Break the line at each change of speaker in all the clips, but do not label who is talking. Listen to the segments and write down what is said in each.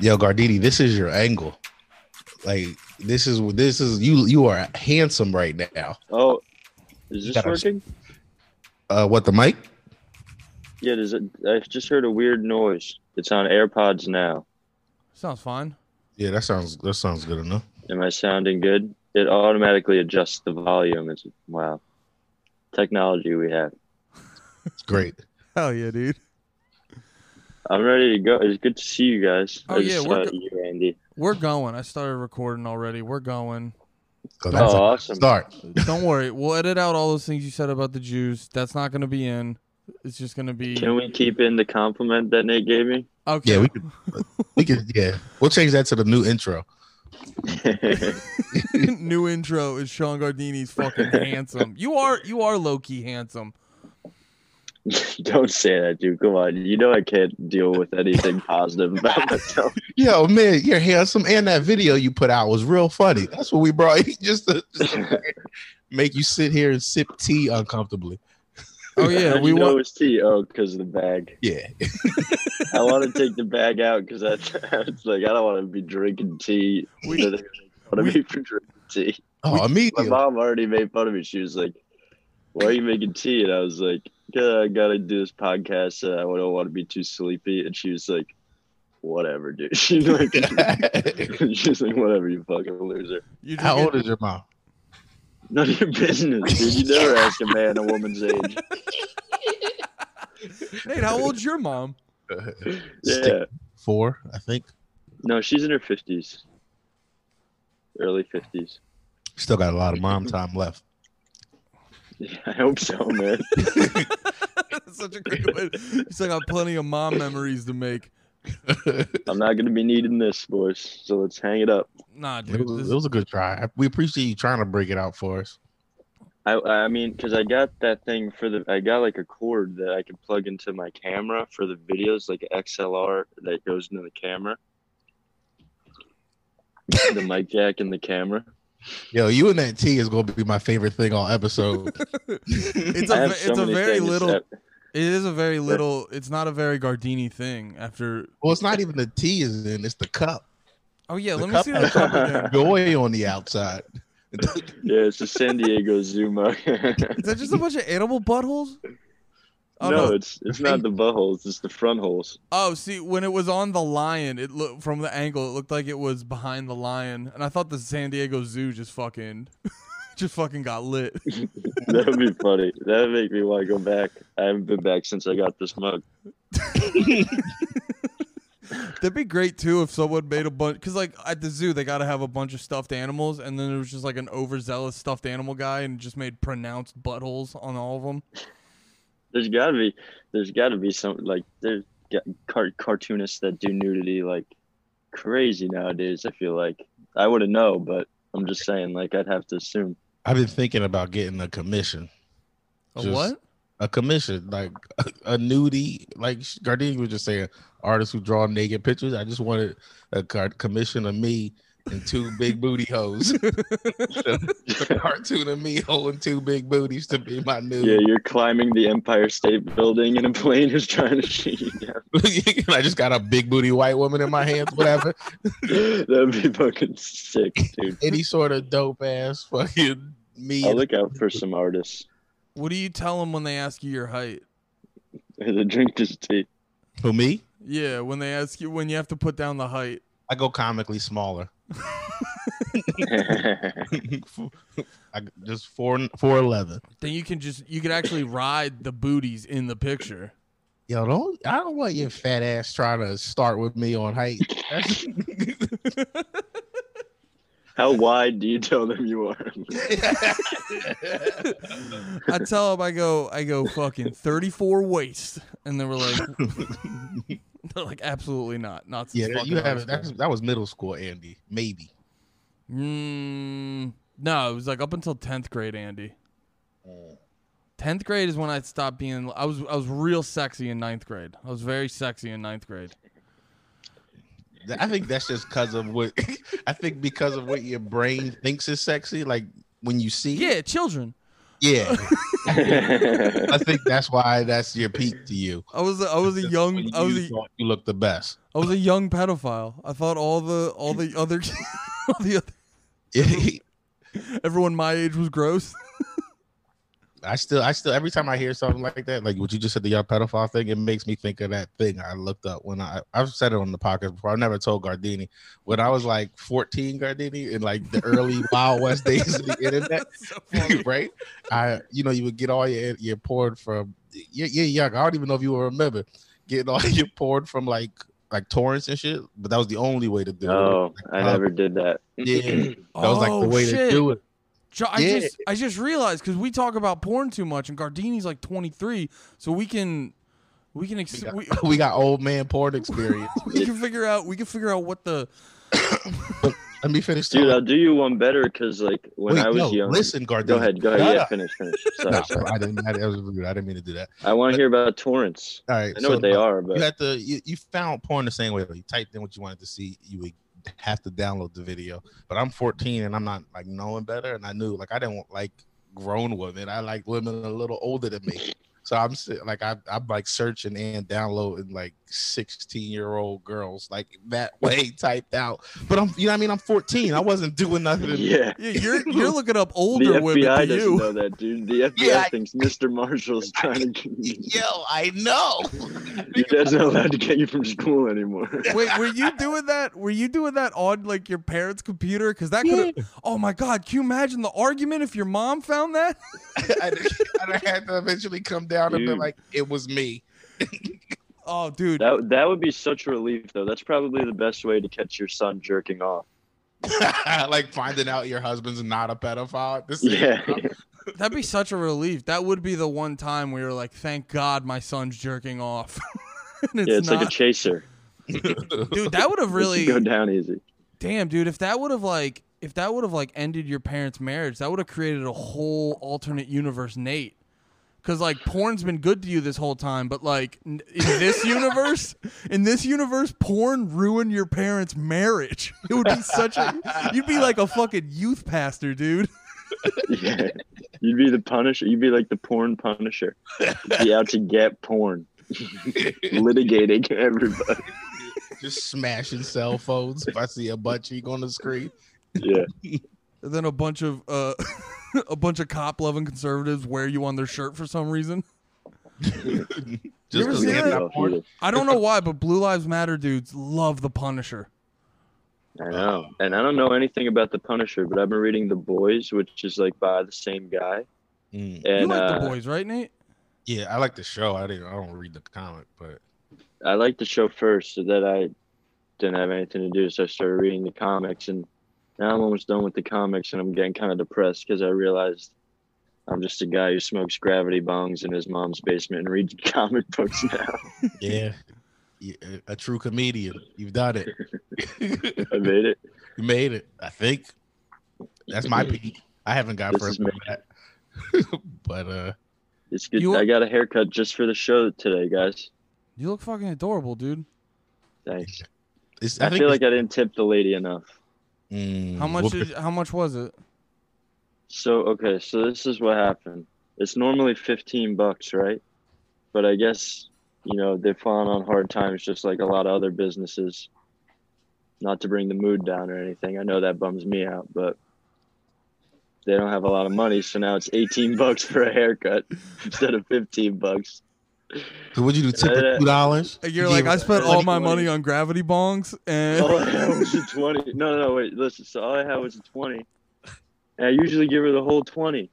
yo Gardini, this is your angle. Like this is this is you you are handsome right now.
Uh,
Oh, is this
Gotta-
working?
Uh, what the mic?
Yeah, does it? I just heard a weird noise. It's on AirPods now.
Sounds fine.
Yeah, that sounds that sounds good enough.
Am I sounding good? It automatically adjusts the volume. It's wow, technology we have.
It's great.
Hell yeah, dude.
I'm ready to go. It's good to see you guys.
Oh,
I
yeah,
just
we're
saw
go-
you, Andy.
We're going. I started recording already. We're going.
Oh,
Oh,
that's a
awesome.
start.
Don't worry. We'll edit out all those things you said about the Jews. That's not going to be in. It's just going to be
Can we keep in the compliment that Nate gave me?
okay.
Yeah, we could- We can yeah. We'll change that to the new intro.
New intro is Sean Gardini's fucking handsome. You are you are low key handsome.
Don't say that, dude. Come on. You know I can't deal with anything positive about myself.
Yo, man, you're handsome, and that video you put out was real funny. That's what we brought you just to, just to make you sit here and sip tea uncomfortably.
Oh yeah,
How'd
we
you know it
want.
was tea. Oh, because of the bag.
Yeah,
I want to take the bag out because I, I was like, I don't want to be drinking tea.
We-
I want
we-
to be for drinking tea.
oh,
My
immediately.
mom already made fun of me. She was like, "Why are you making tea?" And I was like, "Yeah, "I gotta do this podcast. And I don't want to be too sleepy." And she was like, "Whatever, dude." She's like, "She's like, whatever, you fucking loser.
You
How old
drinking-
is your mom?
None of your business, dude. You never ask a man a woman's age."
Nate, how old's your mom?
Yeah,
Four, I think.
no, she's in her fifties, early fifties.
Still got a lot of mom time left.
Yeah, I hope so, man.
That's such a great way. You still got plenty of mom memories to make.
I'm not gonna be needing this, boys. So let's hang it up.
Nah, dude.
It was,
this-
it was a good try. We appreciate you trying to break it out for us.
I I mean, cause I got that thing for the I got like a cord that I can plug into my camera for the videos, like a XLR that goes into the camera, the mic jack and the camera.
Yo, you and that tea is going to be my favorite thing all episode.
it's
I
a
have
ve-
so
it's a
many
very
things
little.
that-
It is a very little. It's not a very Gardini thing. After
well, it's not even the tea is in; it's the cup.
oh
The
yeah, let me
cup-
see that cup again.
Joy on the outside.
yeah, it's a San Diego Zuma.
Is that just a bunch of animal buttholes? Oh
no, it's it's not the buttholes, it's the front holes.
Oh, see, when it was on the lion, it looked from the angle, it looked like it was behind the lion, and I thought the San Diego Zoo just fucking, just fucking got lit.
That would be funny. That would make me want to go back. I haven't been back since I got this mug.
That'd be great too if someone made a bunch, cause like at the zoo they gotta have a bunch of stuffed animals, and then there was just like an overzealous stuffed animal guy and just made pronounced buttholes on all of them.
There's gotta be, there's gotta be some like there's got car- cartoonists that do nudity like crazy nowadays. I feel like I wouldn't know, but I'm just saying like I'd have to assume.
I've been thinking about getting a commission.
A
Just-
what?
a commission, like a, nudie, like Gardini was just saying, artists who draw naked pictures. I just wanted a card commission of me and two big booty hoes. a cartoon of me holding two big booties to be my
Yeah,
nude.
you're climbing the Empire State Building and a plane is trying to shoot you down.
And I just got a big booty white woman in my hands, whatever.
That'd be fucking sick, dude.
Any sort of dope ass fucking me.
I'll Oh, look out for some artists.
What do you tell them when they ask you your height?
The drink this tea.
Who me?
Yeah, when they ask you when you have to put down the height.
I go comically smaller. I just four four eleven.
Then you can just you could actually ride the booties in the picture.
Yo, don't I don't want your fat ass trying to start with me on height. That's-
How wide do you tell them you are?
I tell them I go I go fucking 34 waist, and they were like, they're like absolutely not, not since
yeah,
fucking
you
high
haven't.
school."
That's, that was middle school, Andy. Maybe.
Mm, no, it was like up until 10th grade, Andy.
Mm.
10th grade is when I stopped being. I was I was real sexy in ninth grade. I was very sexy in ninth grade.
Th- I think that's just because of what I think because of what your brain thinks is sexy. Like when you see, it,
Yeah, children.
Yeah,
I
I think that's why that's your peak to you.
I was a, I was a
That's when
young
you
I was a,
thought you look the best.
I was a young pedophile. I thought all the all the other all the other, everyone my age was gross.
I still, I still, every time I hear something like that, like what you just said, the young pedophile thing, it makes me think of that thing I looked up when I, I've said it on the podcast before. I never told Gardini when I was like 14, Gardini, in like the early Wild West days of the internet,
That's so funny.
right? I, you know, you would get all your your porn from, yeah, yeah, yeah. I don't even know if you will remember getting all your porn from like like torrents and shit, but that was the only way to do it.
no, Oh, I never did that.
Yeah, that was like
Oh,
the way to
shit.
do it.
Jo- I
Yeah.
just I just realized because we talk about porn too much, and Gardini's like 23, so we can we can ex-
We got,
we,
we got old man porn experience.
we can figure out we can figure out what the
Let me finish.
Dude,
telling-
I'll do you one better because like when
Wait,
I was
no,
young.
Listen, Gardini.
Go ahead, go ahead.
No,
yeah,
no.
finish, finish. Sorry,
No,
sorry.
I didn't. I, that was rude. I didn't mean to do that.
I want to hear about torrents.
All right.
I
so
know what they are,
You
but
had to. You, you found porn the same way. though. You typed in what you wanted to see. You would have to download the video. But I'm 14 and I'm not like knowing better. And I knew like I didn't like grown women. I like women a little older than me. So I'm sit- like I, I'm like searching and downloading like 16 year old girls like that way typed out. But I'm you know what I mean I'm 14. I wasn't doing nothing.
yeah.
yeah, you're you're looking up
The
older women
FBI
to
doesn't
you.
know that, dude. The FBI
Yeah, I-
thinks Mr. Marshall's trying to.
Yo, I know.
Your dad's not allowed to get you from school anymore.
Wait, were you doing that? Were you doing that on like your parents' computer? Because that could. have Oh my God! Can you imagine the argument if your mom found that?
I, I had to eventually come down and
Dude.
be like, it was me.
Oh, dude.
That that would be such a relief, though. That's probably the best way to catch your son jerking off.
like finding out your husband's not a pedophile. This is-
Yeah,
That'd be such a relief. That would be the one time where you're like, thank God my son's jerking off. and it's,
yeah, it's
not.
like a chaser.
dude, that would have
Really,
really.
go down easy.
Damn, dude. If that would have like. If that would have like ended your parents' marriage, that would have created a whole alternate universe, Nate. Cause like porn's been good to you this whole time, but like n- in this universe, in this universe, porn ruined your parents' marriage. It would be such a, you'd be like a fucking youth pastor, dude.
Yeah, you'd be the punisher. You'd be like the porn punisher. You'd be out to get porn, litigating everybody.
just smashing cell phones. If I see a butt cheek on the screen,
Yeah,
And then a bunch of uh, a bunch of cop loving conservatives wear you on their shirt for some reason.
just
ever
because
seen
they
Yeah,
have
that?
that porn.
I don't know why, but Blue Lives Matter dudes love the Punisher.
I
Oh.
know. And I don't know anything about the Punisher, but I've been reading The Boys, which is like by the same guy.
Mm.
And
you like
uh,
the boys, right, Nate?
Yeah, I like the show. I didn't. I don't read the comic, but
I liked the show first, so that I didn't have anything to do. So I started reading the comics, and now I'm almost done with the comics, and I'm getting kind of depressed because I realized I'm just a guy who smokes gravity bongs in his mom's basement and reads comic books now.
yeah, yeah a- a true comedian. You've done it. you
I made it.
made it. I think that's my peak. I haven't got
This is
further than that. but uh,
It's good.
You-
I got a haircut just for the show today, guys.
You look fucking adorable, dude.
Thanks.
it's,
I,
I, think
feel
it's-
like I didn't tip the lady enough.
Mm,
How much?
we'll-
Is, how much was it?
So okay, so this is what happened. It's normally fifteen bucks, right? But I guess you know they've fallen on hard times, just like a lot of other businesses. Not to bring the mood down or anything, I know that bums me out, but they don't have a lot of money, so now it's eighteen bucks for a haircut instead of fifteen bucks.
So what'd you do? Tip
uh,
her two dollars?
You're like, I spent all my money on gravity bongs,
All I
and
had was a twenty. No, no, wait, listen. So all I had was a twenty, and I usually give her the whole twenty.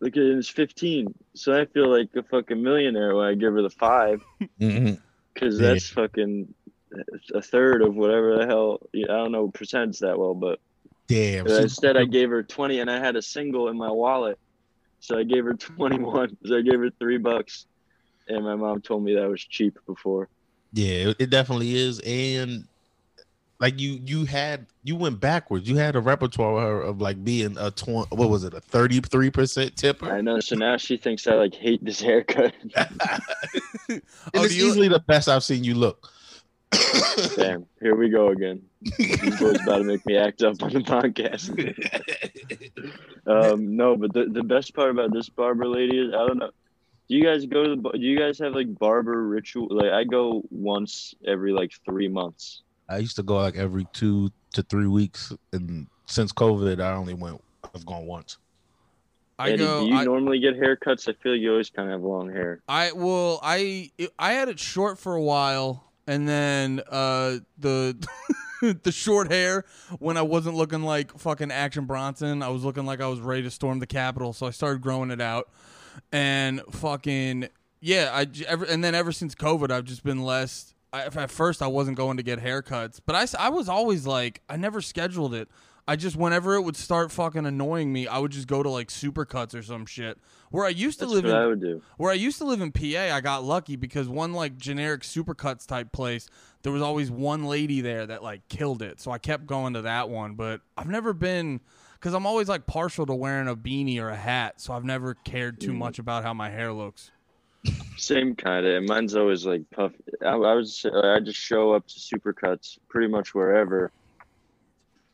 Look at it, it's fifteen. So I feel like a fucking millionaire when I give her the five,
Mhm.
because
Yeah.
that's fucking a third of whatever the hell. I don't know percents that well, but
Damn.
but
she-
instead I gave her twenty, and I had a single in my wallet, so I gave her twenty-one. So I gave her three bucks, and my mom told me that was cheap before.
yeah, it- it definitely is. And like you, you had you went backwards. You had a repertoire with her of like being a twenty. What was it? A thirty-three percent tipper.
I know. So now she thinks I like hate this haircut.
and
Oh,
it's
do you-
easily the best I've seen you look.
Damn, here we go again. These boys about to make me act up on the podcast. Um, no, but the, the best part about this barber lady is I don't know. Do you guys go to the? bar- Do you guys have like barber ritual? Like I go once every like three months.
I used to go like every two to three weeks, and since COVID, I only went. I've gone once.
I
Eddie,
go.
do you
I,
normally get haircuts? I feel like you always kind of have long hair.
I well, I I had it short for a while, and then uh, the the short hair when I wasn't looking like fucking Action Bronson, I was looking like I was ready to storm the Capitol. So I started growing it out, and fucking yeah, I j- ever and then ever since COVID, I've just been less. I, at first, I wasn't going to get haircuts, but I s- I was always like I never scheduled it. I just whenever it would start fucking annoying me, I would just go to like Supercuts or some shit. Where I used to
That's
live
what
in
I would do.
where I used to live in PA, I got lucky because one like generic supercuts type place, there was always one lady there that like killed it. So I kept going to that one, but I've never been cuz I'm always like partial to wearing a beanie or a hat, so I've never cared too
Mm.
much about how my hair looks.
Same kind of. And mine's always like puff. I, I was. I just show up to supercuts pretty much wherever,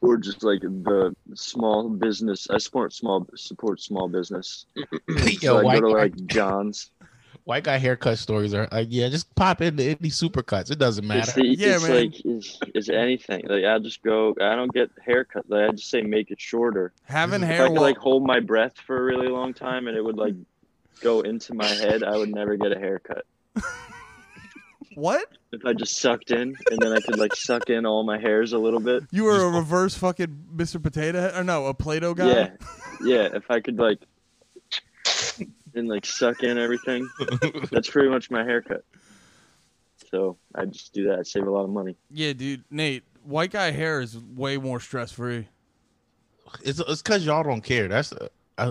or just like the small business. I support small support small business.
Yo,
Mm, so I
white,
go to
guy-
like John's.
white guy haircut stories are like, yeah, just pop into any supercuts. It doesn't
It's,
matter.
the,
Yeah,
it's
man.
like it's, it's anything. Like I just go. I don't get haircut. Like, I just say make it shorter.
Having
If
If
hair
I could
while,
like hold my breath for a really long time and it would like go into my head, I would never get a haircut.
what?
If I just sucked in and then I could like suck in all my hairs a little bit.
You were a reverse fucking Mr. Potato Head or no, a Play-Doh guy?
Yeah, yeah. If I could like and like suck in everything, that's pretty much my haircut. So I just do that. I save a lot of money.
Yeah, dude, Nate, white guy hair is way more stress-free.
It's it's because y'all don't care. That's uh, I,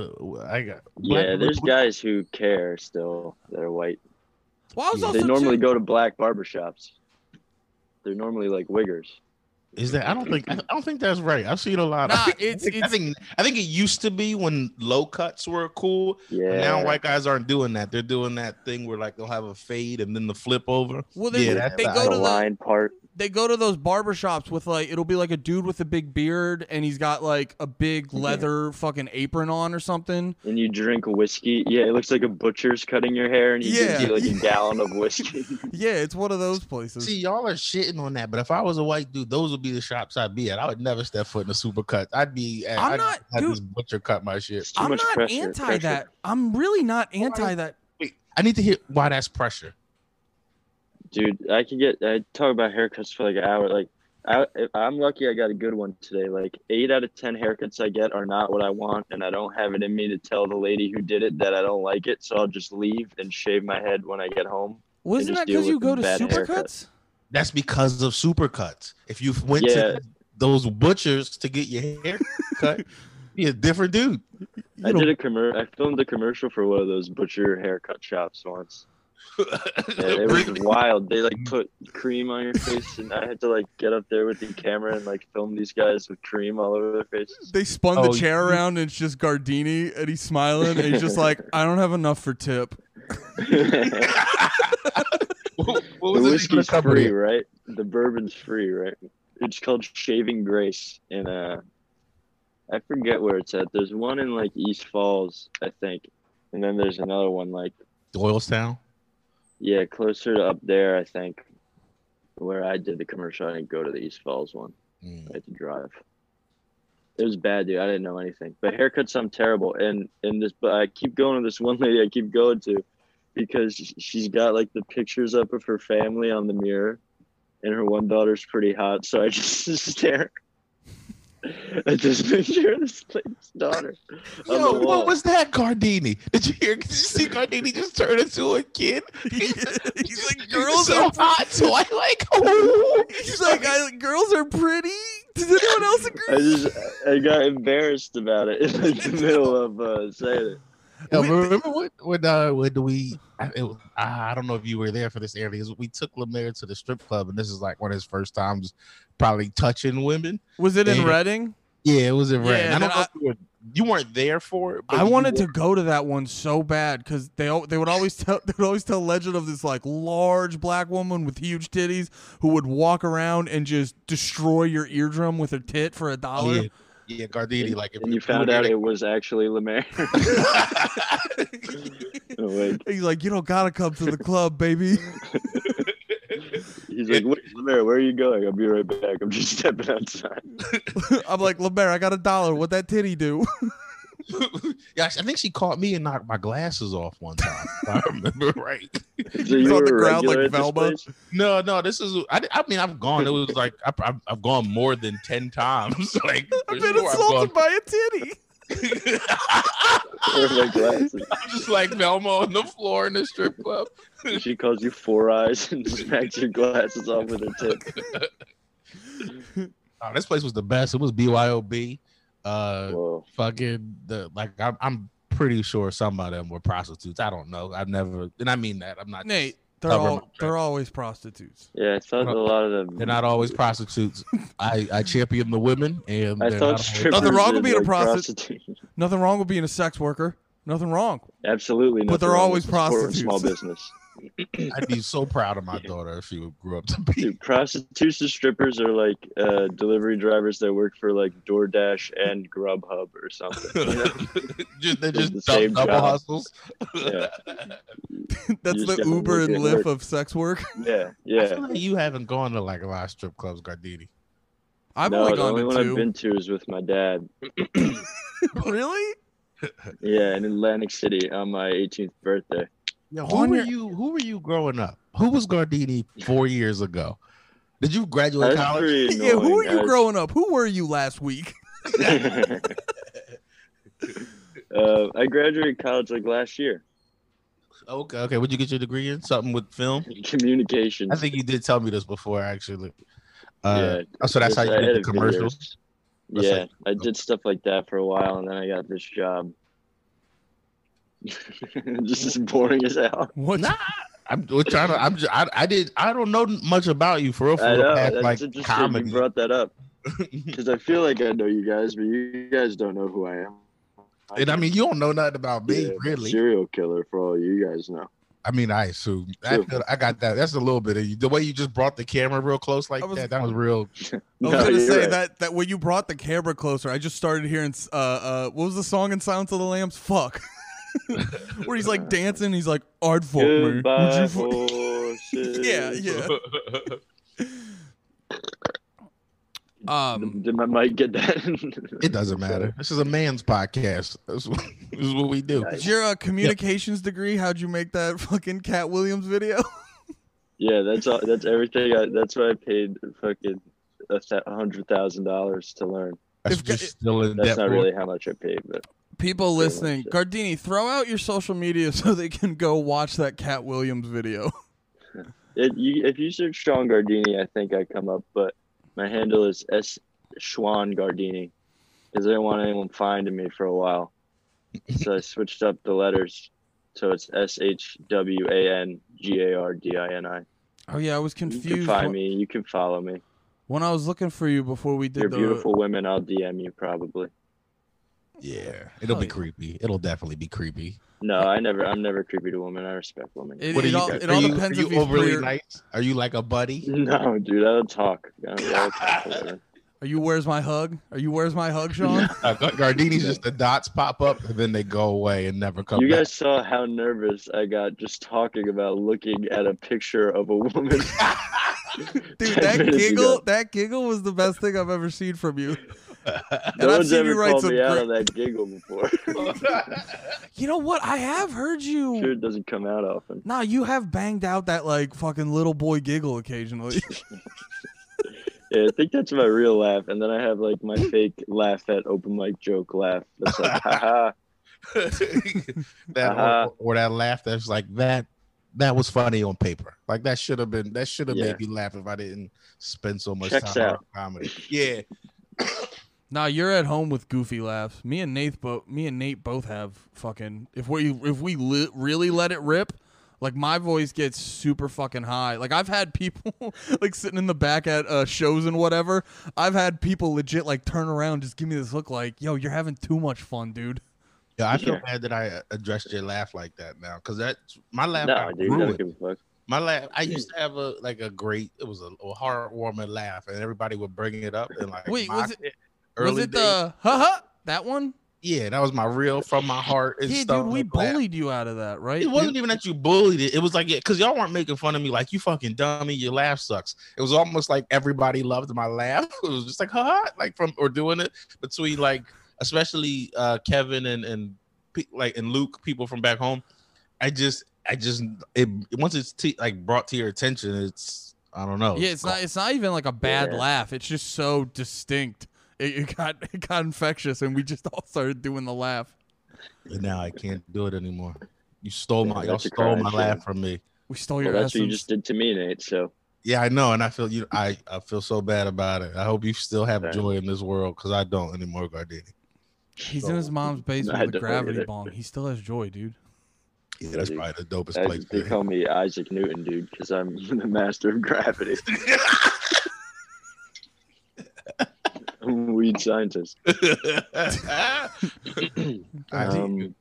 I got.
Yeah, there's guys who care still that are white.
Well, I was also
They normally
too-
go to black barbershops. They're normally like wiggers.
Is that I don't think I don't think that's right. I've seen a lot.
Nah,
I think,
it's-
I, think, I
it's-
think I think it used to be when low cuts were cool.
Yeah.
but Now white guys aren't doing that. They're doing that thing where like they'll have a fade and then the flip over.
well, they,
Yeah, that's
they
the-
go to
the
the
line part.
they go to those barber shops with like it'll be like a dude with a big beard and he's got like a big leather fucking apron on or something.
And you drink whiskey. Yeah, it looks like a butcher's cutting your hair and you
Yeah.
gives you like a gallon of whiskey.
Yeah, it's one of those places.
See, y'all are shitting on that, but if I was a white dude, those would be the shops I'd be at. I would never step foot in a supercut. I'd be. At,
I'm
I'd
not-
have
dude.
this butcher cut my shit.
It's too
I'm
much
not
pressure.
anti
pressure.
that. I'm really not anti that.
Wait, I need to hear why that's pressure.
Dude, I could get I talk about haircuts for like an hour. Like I I'm lucky I got a good one today. Like eight out of ten haircuts I get are not what I want and I don't have it in me to tell the lady who did it that I don't like it, so I'll just leave and shave my head when I get home.
Wasn't
just
that
deal
because you
with
go to
bad
supercuts?
That's because of supercuts. If you went
Yeah.
to those butchers to get your hair cut, be a different dude.
I
You
did a commer. I filmed a commercial for one of those butcher haircut shops once. And it was wild. They like put cream on your face, and I had to like get up there with the camera and like film these guys with cream all over their faces.
They spun
Oh,
the chair around and it's just Gardini and he's smiling and he's just like, I don't have enough for tip.
the
what what was the name of
whiskey's
the company?
free, right? The bourbon's free, right? It's called Shaving Grace, and uh, I forget where it's at. There's one in like East Falls, I think, and then there's another one like
Doylestown.
Yeah, closer to up there, I think. Where I did the commercial, I didn't go to the East Falls one.
Mm.
I had to drive. It was bad, dude. I didn't know anything. But haircuts, I'm terrible. And and this, but I keep going to this one lady. I keep going to, because she's got like the pictures up of her family on the mirror, and her one daughter's pretty hot. So I just stare at this picture of this lady's daughter. on
Yo,
the wall.
what was that, Gardini? Did you hear? Did you see Gardini just turn into a kid?
he's like,
You're
girls
so
are.
hot, so I like. Oh.
He's like, I, girls are pretty. Does anyone else
I
agree?
just I got embarrassed about it in like, the middle of uh, saying it.
Yo,
We-
remember when when, uh, when we? I, it was- I I don't know if you were there for this area. We took Lemaire to the strip club, and this is like one of his first times, probably touching women.
Was it in
Yeah.
Reading?
Yeah, it was in
Yeah,
red. I
and
don't
then
know if you were you weren't there for it. but
I
you
wanted
were-
to go to that one so bad because they al- they would always tell they would always tell legend of this like large black woman with huge titties who would walk around and just destroy your eardrum with her tit for a dollar.
Yeah, yeah, Gardini. Like if
and you
if were
found
there,
out
they-
it was actually Lemaire. like
He's like, you don't gotta come to the club, baby.
he's like, Wait, Lemaire, where are you going? I'll be right back. I'm just stepping outside.
I'm like, LeBaron, I got a dollar. What that titty do?
yeah, I think she caught me and knocked my glasses off one time. if I remember right.
So
He's
you
on the
were a
ground like
regular at this
Velma.
place?
No, no, this is. I, I mean, I've gone. It was like I, I've, I've gone more than ten times. Like for
I've been
sure I've
assaulted by a titty.
gone-
Where are my glasses?
I'm just like Velma on the floor in the strip club.
She calls you four eyes and smacks your glasses off with her tip.
Oh, this place was the best. It was BYOB. Uh,
Whoa.
fucking the like. I'm, I'm pretty sure some of them were prostitutes. I don't know. I've never, and I mean that. I'm not.
Nate, they're
Cover my
all
tracks.
they're always prostitutes.
Yeah, I thought a lot of them.
They're not always prostitutes. I, I champion the women, and
I
they're
thought
not always-
strippers
Nothing wrong
is
with being a
like
prostitute.
prostitute.
Nothing wrong with being a sex worker. Nothing wrong.
Absolutely,
But
nothing
they're
wrong
always
with supporting
prostitutes.
Small business.
I'd be so proud of my daughter if she would grew up to be.
Dude, prostitutes and strippers are like uh, delivery drivers that work for like DoorDash and Grubhub or something. You know?
just, they're
It's
just
the
dou-
same
double
job.
hustles.
Yeah.
That's
just
the
gotta
Uber
make
and
it work.
Lyft of sex work.
yeah,
I
yeah.
feel like you haven't gone to like a lot of strip clubs, Gardini.
I've
no,
only
the
gone
only one
to
I've
two.
been to is with my dad.
really?
Yeah, in Atlantic City on my 18th birthday.
Yeah,
on
who were
your-
you? Who were you growing up? Who was Gardini four years ago? Did you graduate
That's
college?
pretty
Yeah. Who are
annoying.
you
I-
growing up? Who were you last week?
uh, I graduated college like last year.
Okay, okay. Would you get your degree in something with film?
Communications.
I think you did tell me this before, actually.
yeah,
Uh, oh, so that's how
just-
you
I
did
had
the
a video.
commercials. That's
Yeah,
like-
I did stuff like that for a while, and then I got this job. Just as boring as hell.
What?
Nah, I'm we're trying to. I'm. Just, I, I did. I don't know much about you for real. For
I
real,
know.
past,
That's
like
interesting.
comedy.
You brought that up because I feel like I know you guys, but you guys don't know who I am.
and I mean, you don't know nothing about me,
Yeah, I'm a
really.
serial killer for all you guys know.
I mean, I assume. I,
Sure.
feel, I got that. That's a little bit of you. The way you just brought the camera real close like
I was-
that. That was real.
I was
No,
gonna
you're
say
right.
that that when you brought the camera closer, I just started hearing uh uh what was the song in Silence of the Lambs? Fuck. Where he's like dancing, he's like art fuck me. Would you
Goodbye,
fu-"
horses.
Yeah, yeah. Um,
Did, did my mic get that?
Um, It doesn't matter. This is a man's podcast. That's what, this is what we do.
Nice.
your uh, communications degree? How'd you make that fucking Cat Williams video?
Yeah, that's all. That's everything. I, that's what I paid fucking a thou- a hundred thousand dollars to learn.
That's
If-
what you're still in
That's
debt
not
for.
really how much I paid, but
People
Pretty
listening,
much
Gardini, throw out your social media so they can go watch that Cat Williams video.
it, you, if you search Sean Gardini, I think I come up. But my handle is S Schwan Gardini because I didn't want anyone finding me for a while, so I switched up the letters, so it's S H W A N G A R D I N I.
Oh yeah, I was
You
confused.
can find
when,
me. You can follow me.
when I was looking for you before we did
You're
the
beautiful women. I'll DM you probably.
Yeah. It'll be
yeah.
creepy. It'll definitely be creepy.
No, I never. I'm never creepy to women. I respect women.
It,
What
it
do you
all,
think?
it
Are
all
you-
depends
are you
if he's
overly
weird.
nice? Are you like a buddy?
No, dude, I don't talk. I don't, I don't talk to women.
Are you where's my hug? Are you where's my hug, Sean?
Uh, Gar- Gardini's just the dots pop up and then they go away and never come
You
back.
guys saw how nervous I got just talking about looking at a picture of a woman.
Dude,
10
that
minutes
giggle,
ago.
that giggle was the best thing I've ever seen from you. and
No
I've
one's
seen
ever
you write
called
some
me out
great.
of that giggle before.
You know what? I have heard you.
sure, it doesn't come out often.
Nah, you have banged out that like fucking little boy giggle occasionally.
Yeah, I think that's my real laugh, and then I have like my fake laugh at open mic joke laugh. That's like, haha.
that
Uh-huh.
or, or that laugh that's like that that was funny on paper like that should have been that should have
Yeah.
made me laugh if i didn't spend so much
Checks
time
out.
on comedy yeah
nah, you're at home with goofy laughs. Me and Nate both, me and Nate both have fucking. If we if we li- really let it rip, Like my voice gets super fucking high. Like I've had people like sitting in the back at uh, shows and whatever. I've had people legit like turn around, just give me this look like, yo, you're having too much fun, dude.
Yeah, I feel
Yeah.
bad that I uh, addressed your laugh like that now, because that's my laugh.
No,
got
dude,
ruined.
don't give a fuck.
My laugh. I used to have a like a great. It was a, a heartwarming laugh, and everybody would bring it up and like.
Wait,
mock
was
Early
was it
days.
the haha that one?
Yeah, that was my real from my heart. And
Yeah,
stuff
dude, we
like that.
bullied you out of that, right?
It wasn't even that you bullied it. It was like, yeah, because y'all weren't making fun of me like you fucking dummy, your laugh sucks. It was almost like everybody loved my laugh. It was just like, ha, like from or doing it between like especially uh Kevin and and pe- like and Luke, people from back home. I just I just it once it's te- like brought to your attention, it's I don't know. Oh,
Yeah, it's not. It's not even like a bad
Yeah.
laugh. It's just so distinct. It, it got it got infectious, and we just all started doing the laugh.
But now I can't do it anymore. You stole
Yeah,
my y'all
that's a
stole
crime,
my
yeah.
laugh from me.
We stole
Well,
Oh, your
that's what you
essence.
just did to me, Nate. So
Yeah, I know, and I feel you. I I feel so bad about it. I hope you still have
Right.
joy in this world because I don't anymore, Gardini.
He's in his mom's basement
I
with a
don't
gravity
either.
bomb. He still has joy, dude.
Yeah, that's
Dude,
probably the dopest
I-
place.
they call me Isaac Newton, dude, because I'm the master of gravity. I'm a weed scientist.
I, need,
Um,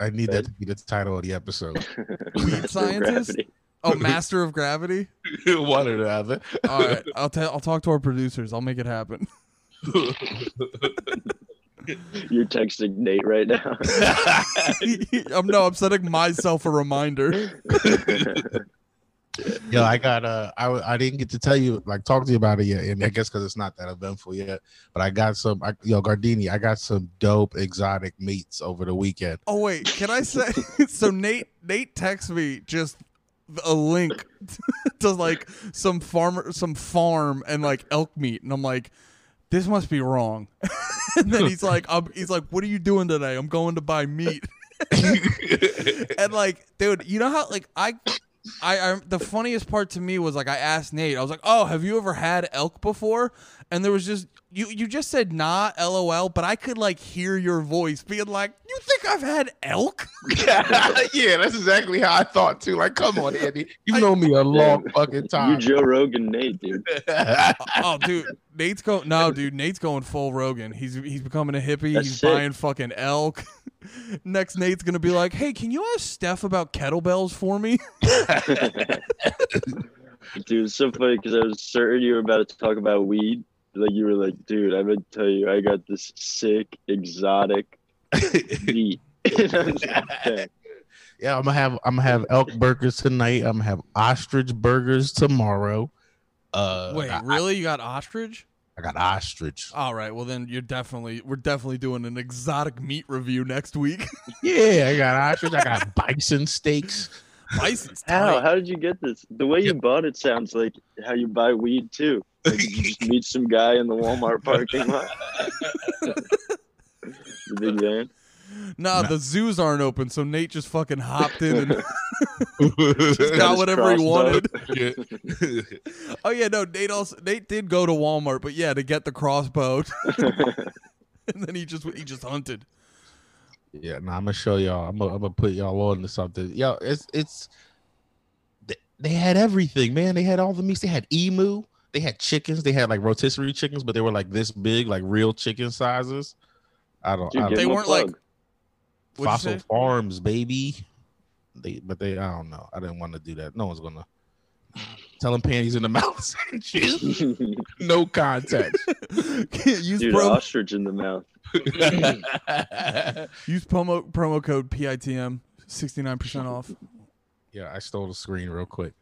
I need that to be the title of the episode.
master of
scientist?
gravity.
Oh, master of gravity.
One or the other.
All right, I'll tell. I'll talk to our producers. I'll make it happen.
You're texting Nate right now.
I'm no. I'm setting myself a reminder.
Yo, I got uh, I w- I didn't get to tell you like talk to you about it yet, and I guess because it's not that eventful yet. But I got some, I, yo, Gardini, I got some dope exotic meats over the weekend.
Oh wait, can I say? So Nate Nate texts me just a link to like some farmer, some farm, and like elk meat, and I'm like, this must be wrong. and then he's like, I'm, he's like, what are you doing today? I'm going to buy meat. and like, dude, you know how like I. I, I the funniest part to me was like I asked Nate I was like oh have you ever had elk before and there was just you you just said nah lol but I could like hear your voice being like you think I've had elk
yeah, that's exactly how I thought too. Like, come on, Andy, you know me a long fucking
you
time.
Joe Rogan, Nate, dude.
oh dude Nate's going no dude Nate's going full Rogan he's he's becoming a hippie
That's
he's
sick.
buying fucking elk next Nate's gonna be like hey can you ask Steph about kettlebells for me
Dude, it's so funny because I was certain you were about to talk about weed. Like you were like, dude, I'm gonna tell you, I got this sick exotic meat. And I was like, "Okay."
yeah, I'm gonna have I'm gonna have elk burgers tonight. I'm gonna have ostrich burgers tomorrow. Uh,
wait uh,
I,
really you got ostrich
I got ostrich.
all right well then you're definitely we're definitely doing an exotic meat review next week
Yeah, I got ostrich. I got bison steaks.
bison's
How?
tight.
How did you get this? The way you bought it sounds like how you buy weed too. Like you just meet some guy in the Walmart parking lot. the big van.
nah the zoos aren't open so Nate just fucking hopped in and got
his
whatever he
crossbow.
wanted
Yeah.
oh yeah no Nate also Nate did go to Walmart but yeah to get the crossbow and then he just he just hunted.
Yeah, no, I'm gonna show y'all. I'm gonna, I'm gonna put y'all on to something. Yo, it's it's they, they had everything, man. They had all the meats. They had emu. They had chickens. They had like rotisserie chickens, but they were like this big, like real chicken sizes. I don't.
Dude,
I don't
give
They
him a
weren't like-
plug.
What'd you
fossil
say?
farms, baby. They, but they, I don't know. I didn't want to do that. No one's gonna tell them panties in the mouth. and shit. no contact.
Can't use
dude,
promo
ostrich in the mouth.
use promo promo code PITM sixty nine percent off.
Yeah, I stole the screen real quick.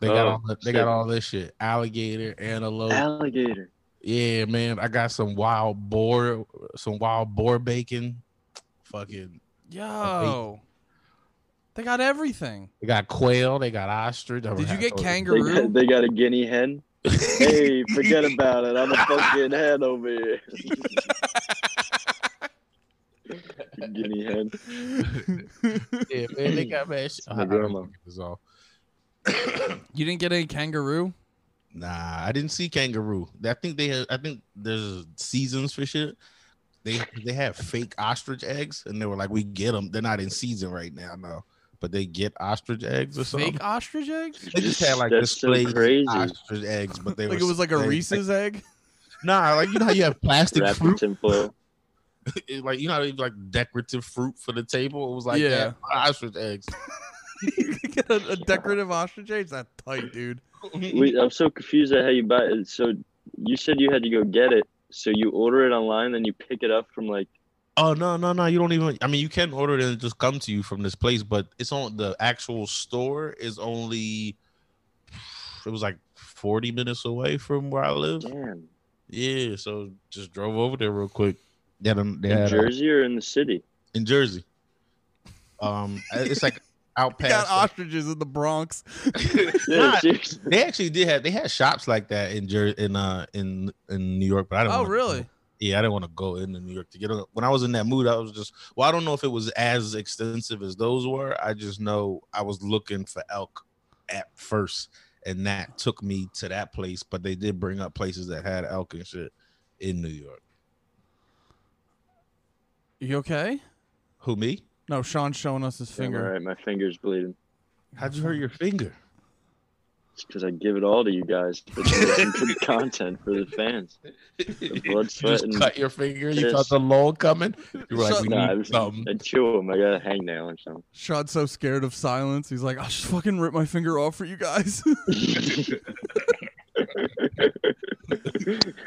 They got
Oh,
all the, they
shit.
got all this shit. Alligator, antelope.
Alligator.
yeah, man. I got some wild boar, some wild boar bacon. Fucking
Yo, they got everything.
they got quail, they got ostrich. I
Did you get
They
kangaroo?
got, they got a guinea hen. Hey, forget about it. I'm a fucking hen over here. guinea hen.
Yeah, man, they got that shit.
my
I- I don't
grandma.
think it was all-
you didn't get any kangaroo.
Nah, I didn't see kangaroo. I think they had, I think there's seasons for shit. They they have fake ostrich eggs and they were like, we get them. They're not in season right now. No, but they get ostrich eggs or something.
Fake ostrich eggs?
They just had like uh,
That's so
displayed
crazy.
ostrich eggs, but they
Like it
were
was like a
displayed-
Reese's egg?
Nah, like you know how you have plastic
Wrapped in
fruit,
tinfoil.
It- like you know how they have, like decorative fruit for the table. It was like
Yeah.
that ostrich eggs.
you could get a, a decorative ostrich egg? That's tight, dude.
Wait, I'm so confused at how you buy it. So you said you had to go get it. So you order it online, then you pick it up from like.
Oh no, no, no! You don't even. I mean, you can order it and it just come to you from this place, but it's on the actual store is only. It was like forty minutes away from where I live.
Damn.
Yeah, so just drove over there real quick. They had 'em- they
In
had, uh,
Jersey or in the city?
in Jersey. Um, it's like out
You got
past.
ostriches in the Bronx.
Yeah,
Nah,
seriously.
they actually did have they had shops like that in Jer- in uh in in New York, but I don't.
Oh, really?
Yeah, I didn't want to go into New York to get it. When I was in that mood, I was just well, I don't know if it was as extensive as those were. I just know I was looking for elk at first, and that took me to that place. But they did bring up places that had elk and shit in New York.
You okay?
Who me?
No, Sean's showing us his
Damn,
finger.
all right, my finger's bleeding.
How'd you hurt your finger?
It's because I give it all to you guys. It's some good content for the fans.
you
blood, sweat,
just
and
cut your finger. You
piss.
felt the log coming. You were like,
So-
we
Nah, I,
need
was,
something.
I chew them. I got a hangnail or something.
Sean's so scared of silence. He's like, I'll just fucking rip my finger off for you guys.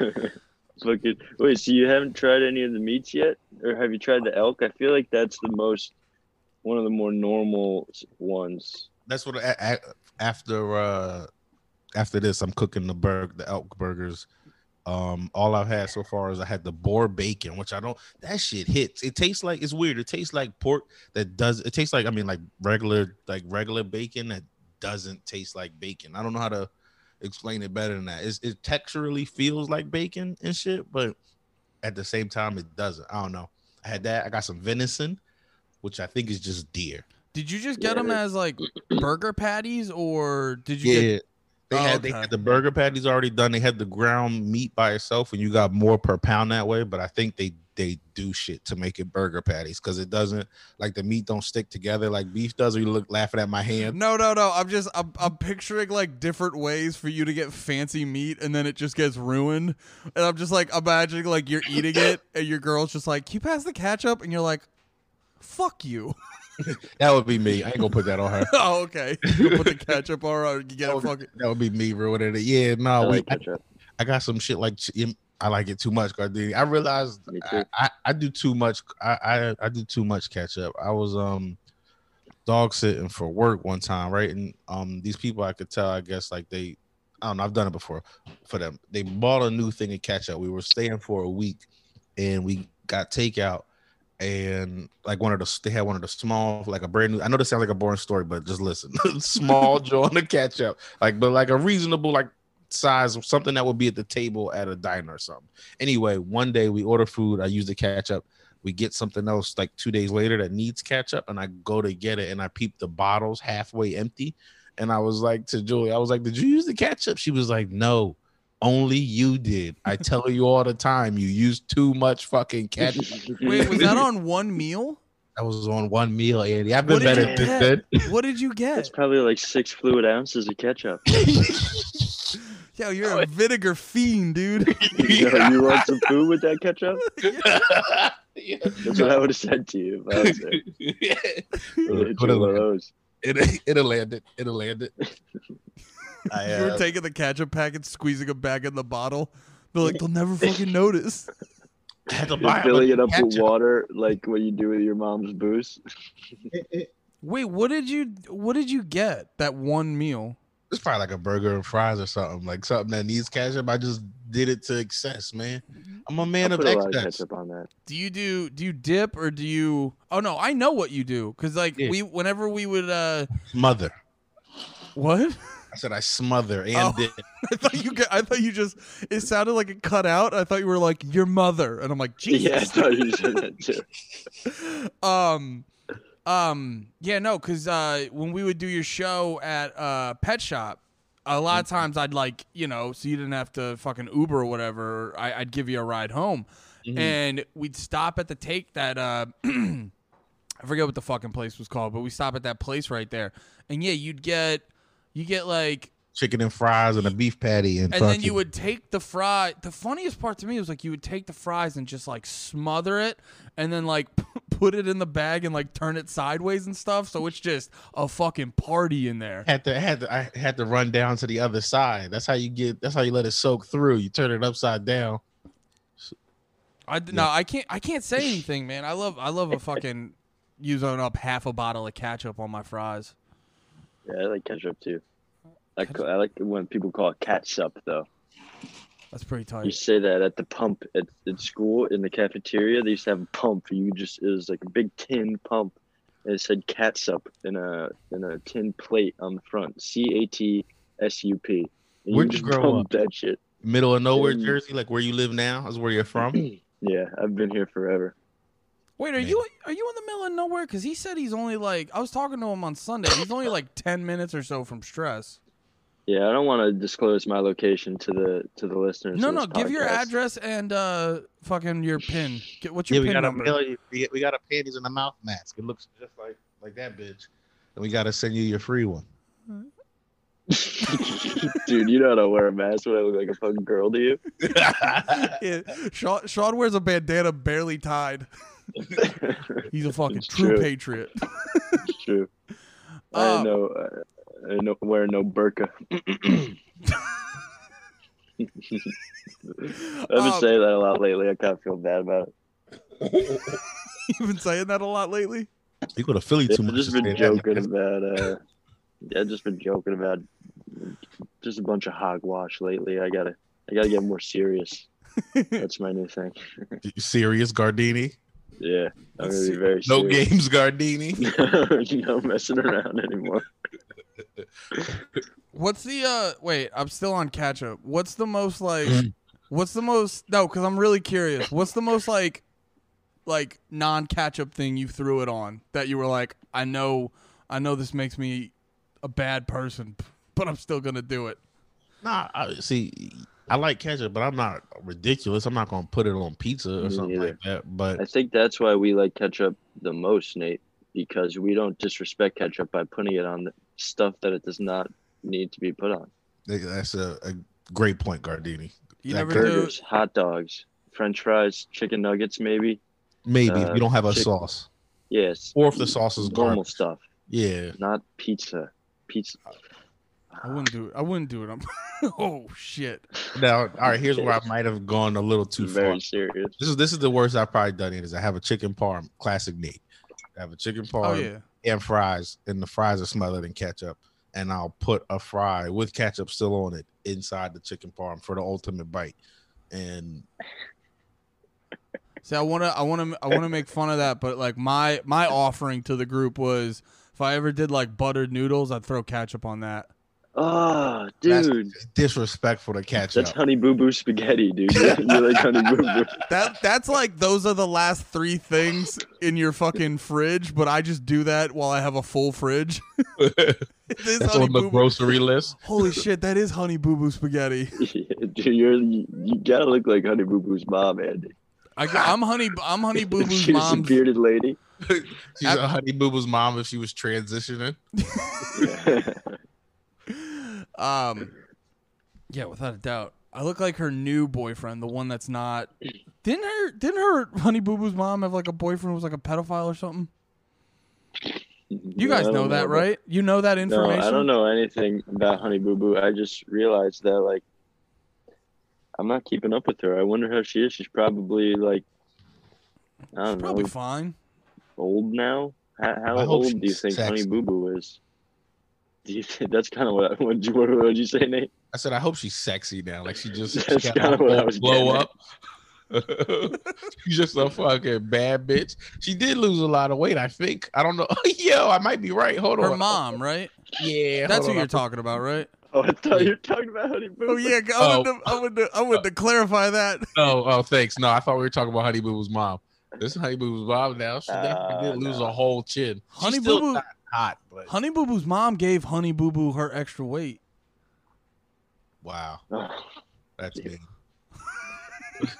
Fucking wait. So you haven't tried any of the meats yet, or have you tried the elk? I feel like that's the most one of the more normal s- ones.
that's what a- a- after uh after this i'm cooking the burg the elk burgers um all i've had so far is i had the boar bacon which i don't that shit hits it tastes like it's weird it tastes like pork that does it tastes like i mean like regular like regular bacon that doesn't taste like bacon i don't know how to explain it better than that it's, it texturally feels like bacon and shit but at the same time it doesn't i don't know i had that i got some venison which i think is just deer
Did you just get
Yeah.
them as like burger patties, or did you
Yeah.
get?
They
Oh,
had they
okay.
had the burger patties already done. They had the ground meat by itself, and you got more per pound that way. But I think they they do shit to make it burger patties because it doesn't like the meat don't stick together like beef does. Or you look laughing at my hand.
No, no, no. I'm just I'm, I'm picturing like different ways for you to get fancy meat, and then it just gets ruined. And I'm just like imagining like you're eating it, and your girl's just like, "Can you pass the ketchup?" And you're like, "Fuck you."
That would be me. I ain't gonna put that on her.
oh, okay. You put the ketchup on, or you get
That
a
would,
fucking.
be, that would be me ruining it. Yeah, no,
I
we,
like
I,
ketchup.
I got some shit like ch- I like it too much, Gardini. I realized
Me
I,
too.
I, I do too much. I, I I do too much ketchup. I was um dog sitting for work one time, right? And um these people I could tell, I guess like they I don't know, I've done it before for them. They bought a new thing of ketchup. We were staying for a week and we got takeout and like one of the they had one of the small like a brand new I know this sounds like a boring story, but just listen. small joint of ketchup. Like but like a reasonable like size of something that would be at the table at a diner or something. Anyway, one day we order food. I use the ketchup. We get something else like two days later that needs ketchup, and I go to get it, and I peep the bottles halfway empty, and I was like to Julie, I was like, "Did you use the ketchup?" She was like, "No, only you did." I tell you all the time, you use too much fucking ketchup.
Wait, was that on one meal?
That was on one meal, Andy. I've
What
been
did
better
you
since
get?
then.
What did you
That's
get?
probably like six fluid ounces of ketchup.
Yo, you're a vinegar fiend, dude.
You, know, you want some food with that ketchup?
Yeah.
That's what I would have said to you if I was there. Would've hit you with one of those.
It, it'll land it. It'll land it. I,
You were
uh,
taking the ketchup packet, squeezing it back in the bottle. They're like, they'll never fucking notice.
I had to buy
You're
a
filling
bunch
it
of
up with
ketchup.
water, like what you do with your mom's booze.
Wait, what did you what did you get that one meal?
It's probably like a burger and fries or something, like something that needs ketchup. I just did it to excess, man.
Mm-hmm.
I'm a man
I
of
put a lot of
excess.
ketchup on that.
Do you do do you dip or do you Oh no, I know what you do cuz like
Yeah.
we whenever we would uh
Smother.
what?
I said I smother and
Oh.
dip.
I thought you get, I thought you just it sounded like it cut out. I thought you were like your mother and I'm like
Yeah, I
Jesus.
thought you said that too.
um um yeah no because uh when we would do your show at uh pet shop a lot of times i'd like you know so you didn't have to fucking uber or whatever I, i'd give you a ride home
Mhm.
and we'd stop at the take that uh I forget what the fucking place was called, but we stop at that place right there. And yeah, you'd get you get like
Chicken and fries and a beef patty and,
and then
fucking-
you would take the fry. The funniest part to me was like you would take the fries and just like smother it, and then like p- put it in the bag and like turn it sideways and stuff. So it's just a fucking party in there.
had to had to I had to run down to the other side. That's how you get. That's how you let it soak through. You turn it upside down.
I d- no, I can't. I can't say anything, man. I love. I love a fucking use on up half a bottle of ketchup on my fries.
Yeah, I like ketchup too. I, ca- I like when people call it catsup though.
That's pretty
You
tight.
say that at the pump at, at school in the cafeteria. They used to have a pump. You just it was like a big tin pump, and it said catsup in a in a tin plate on the front. C A T S U P. And
Where'd you
just
grow
pump That shit.
Middle of nowhere,
Mm.
Jersey, like where you live now, is where you're from.
Yeah, I've been here forever.
Wait, are
Man.
you are you in the middle of nowhere? Because he said he's only like I was talking to him on Sunday. He's only like ten minutes or so from stress.
Yeah, I don't want to disclose my location to the to the listeners.
No,
of
no,
this
give your
podcast.
address and uh fucking your pin. Get what's
yeah,
your
we
pin
got a
number?
mail you- we, we got a panties in the mouth mask. It looks just like like that bitch, and we got to send you your free one.
Dude, you know how to wear a mask when I look like a fucking girl to you.
yeah, Sean, Sean wears a bandana barely tied. He's a fucking
It's
true,
true.
patriot.
it's true. I
Uh,
ain't no, uh, I ain't no wearing no burqa. I've been
Um,
saying that a lot lately. I kind of feel bad about it.
You've been saying that a lot lately.
you go to Philly too much.
I've just
to
been
say that.
joking about. Uh, yeah, I've just been joking about just a bunch of hogwash lately. I gotta, I gotta get more serious. That's my new thing.
You serious, Gardini?
Yeah, I'm
Let's
gonna be
see.
very
No
serious.
games, Gardini.
no messing around anymore.
What's the uh wait, I'm still on catch up. What's the most like what's the most no, cuz I'm really curious. What's the most like like non catch up thing you threw it on that you were like, I know I know this makes me a bad person, but I'm still going to do it.
Nah, I, see, I like ketchup, but I'm not ridiculous. I'm not gonna put it on pizza or
Me
something
neither.
like that. But
I think that's why we like ketchup the most, Nate, because we don't disrespect ketchup by putting it on the stuff that it does not need to be put on.
that's a, a great point, Gardini.
You
That
never do
Burgers, hot dogs, French fries, chicken nuggets, maybe.
Maybe if
Uh,
you don't have a
chick-
sauce,
Yes.
or if the sauce is
normal
garbage.
stuff,
Yeah,
not pizza. Pizza.
I wouldn't do it. I wouldn't do it. I'm Oh shit.
Now, all right, here's where I might have gone a little too far.
very serious.
This is this is the worst I've probably done it is I have a chicken parm, classic Nate. I have a chicken parm
Oh yeah.
and fries, and the fries are smothered in ketchup, and I'll put a fry with ketchup still on it inside the chicken parm for the ultimate bite. And
See, I want to, I want to, I want to make fun of that, but like my my offering to the group was, if I ever did like buttered noodles, I'd throw ketchup on that.
Oh,
That's-
dude.
disrespectful to
That's,
ketchup.
honey boo boo spaghetti, dude. You you like honey boo boo.
That that's like those are the last three things in your fucking fridge, but I just do that while I have a full fridge. It is
That's
honey
on the
boo boo.
grocery list.
Holy shit, that is honey boo boo spaghetti.
Dude, you're, you, you gotta look like honey boo boo's mom, Andy.
I, am honey, I'm honey boo boo's
She was a
mom.
bearded lady.
She's a honey boo boo's mom if she was transitioning.
Um, yeah, without a doubt, I look like her new boyfriend, the one that's not. Didn't her? Didn't her honey boo boo's mom have like a boyfriend who was like a pedophile or something? You guys know that, right? You know that
No,
information.
I don't know anything about Honey Boo Boo. I just realized that like I'm not keeping up with her. I wonder how she is. She's probably like I
She's
don't
probably
know,
fine.
old now. How, how
I hope
old do you
she's
think Honey
sexy.
Boo Boo is? Do you think, that's kind of what I, what you what would you say, Nate?
I said, I hope she's sexy now. Like she just
That's
she got
kinda
that
what I
whole
was
blow
getting at.
up. she's just a fucking bad bitch. She did lose a lot of weight, I think. I don't know. Yo, I might be right. Hold on.
Her mom, right?
Yeah.
That's
hold
what
on.
you're talking about, right?
Oh, I thought you were talking about Honey Boo. Boo.
Oh yeah, I
Oh.
wanted, to, I wanted, to, I wanted to clarify that.
Oh, oh, thanks. No, I thought we were talking about Honey Boo Boo's mom. This is Honey Boo Boo's mom now. She definitely
Uh,
did lose
no.
a whole chin. She's
Honey
still
Boo Boo-
not hot, but
Honey Boo Boo's mom gave Honey Boo Boo her extra weight.
wow,
Oh,
that's big.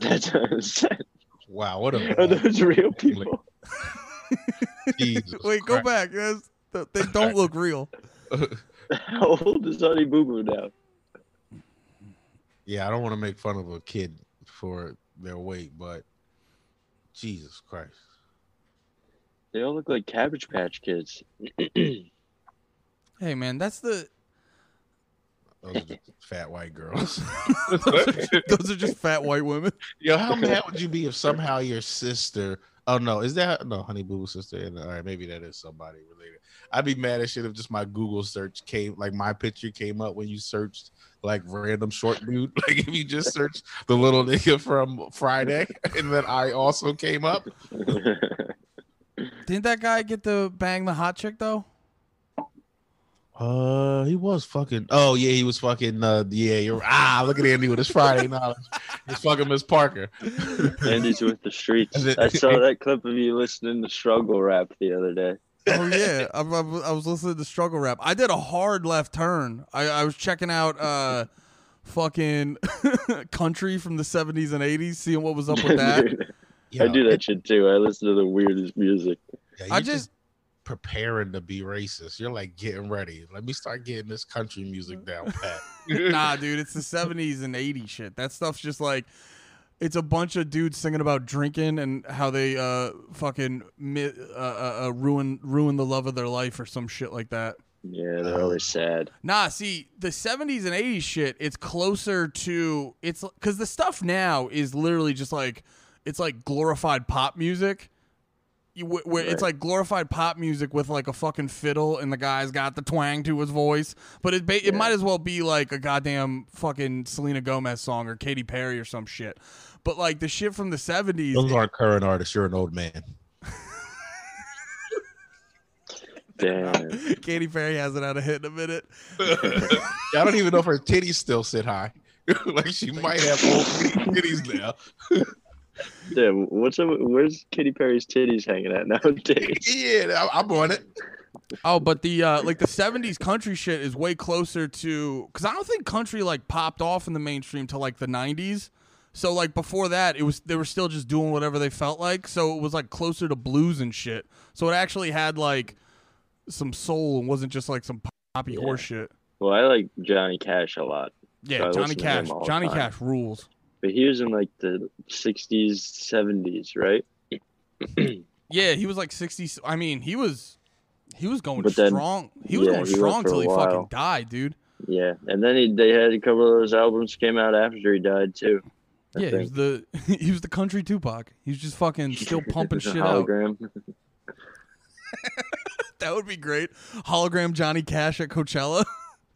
that's what I said.
Wow, what
Are
a
those real people?
Jesus
Wait, go back. That's, th- they don't look real.
How old is Honey Boo Boo now?
Yeah, I don't want to make fun of a kid for their weight, but Jesus Christ.
They all look like Cabbage Patch Kids.
Hey, man, that's the.
Those are just fat white girls.
Those are, ju- those are just fat white women.
Yo, how mad would you be if somehow your sister? Oh no, is that no Honey Boo Boo sister? And all right, maybe that is somebody related. I'd be mad as shit if just my Google search came, like my picture came up when you searched like random short dude. Like if you just searched the little nigga from Friday, and then I also came up.
Didn't that guy get to bang the hot chick though?
Uh, he was fucking. Oh yeah, he was fucking. Uh, yeah, you're ah. Look at Andy with his Friday knowledge. He's fucking Miss Parker.
Andy's with the streets.
Is it-
I saw that clip of you listening to struggle rap the other day.
Oh yeah, I, I, was- I was listening to struggle rap. I did a hard left turn. I, I was checking out uh, fucking country from the '70s and '80s, seeing what was up with that.
Dude,
Yo,
I do that shit too. I listen to the weirdest music.
yeah,
I
you
just
preparing to be racist. You're like getting ready. Let me start getting this country music down pat.
nah, dude, it's the '70s and '80s shit. That stuff's just like, it's a bunch of dudes singing about drinking and how they uh fucking mi- uh, uh, uh, ruin ruin the love of their life or some shit like that.
Yeah, they're always sad.
Nah, see, the 70s and 80s shit, it's closer to it's cuz the stuff now is literally just like it's like glorified pop music. You, wh- where it's
Right.
like glorified pop music with like a fucking fiddle and the guy's got the twang to his voice, but it ba- it
Yeah.
might as well be like a goddamn fucking Selena Gomez song or Katy Perry or some shit. But like the shit from the 70s
Those aren't current artists. You're an old man.
Damn.
Katy Perry hasn't had a hit in a minute.
I don't even know if her titties still sit high. like she might have old titties now.
Damn. What's up? Where's Katy Perry's titties hanging at nowadays?
Yeah, I- I'm on it.
Oh, but the uh, like the '70s country shit is way closer to because I don't think country like popped off in the mainstream till like the '90s. So like before that, it was they were still just doing whatever they felt like. So it was like closer to blues and shit. So it actually had like some soul and wasn't just like some poppy
Yeah.
horse shit.
Well, I like Johnny Cash a lot, So I
Yeah,
listen
Johnny
to
Cash.
him all the
Johnny
time.
Cash rules.
but he was in like the 60s, 70s, right?
Yeah, he was like 60. I mean, he was he was going
But then-
strong. He was
yeah,
going
he went
strong
for a
till he fucking
while.
died, dude.
Yeah. And then he, they had a couple of those albums came out after he died too. I
Yeah, he was
think.
the he was the country Tupac. He was just fucking still pumping
The
shit out.
hologram.
That would be great. Hologram Johnny Cash at Coachella.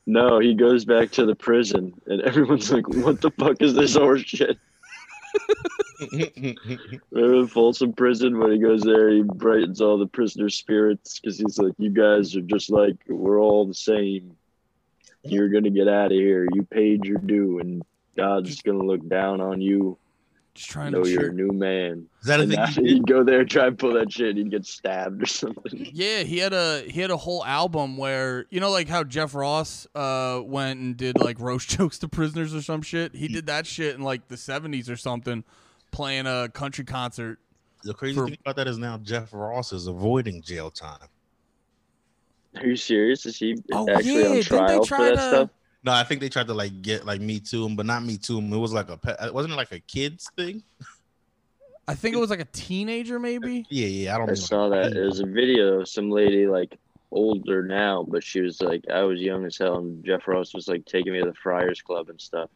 No, he goes back to the prison, and everyone's like, "What the fuck is this horse shit?" Remember the Folsom Prison when he goes there, he brightens all the prisoner spirits because he's like, "You guys are just like we're all the same. You're gonna get out of here. You paid your due, and God's just gonna look down on you.
Just trying
Know
to
you're a
cheer.
new man."
Is that a
And
thing
after
you did?
he'd go there, try and pull that shit, and he'd get stabbed or something.
Yeah, he had a he had a whole album where you know like how Jeff Ross uh went and did like roast jokes to prisoners or some shit. He did that shit in like the seventies or something, playing a country concert.
The crazy
For-
thing about that is now Jeff Ross is avoiding jail time.
Are you serious? Is he
Oh,
actually
yeah, didn't
on
they
trial for
try
that
to-
stuff?
No, I think they tried to like get like Me Too him, but not Me Too him. It was like a pet. Wasn't it like a kids thing?
I think it was like a teenager maybe.
Yeah, yeah. I don't.
I
mean, like,
saw that.
teen.
It was a video of some lady like older now, but she was like, I was young as hell, and Jeff Ross was like taking me to the Friars Club and stuff.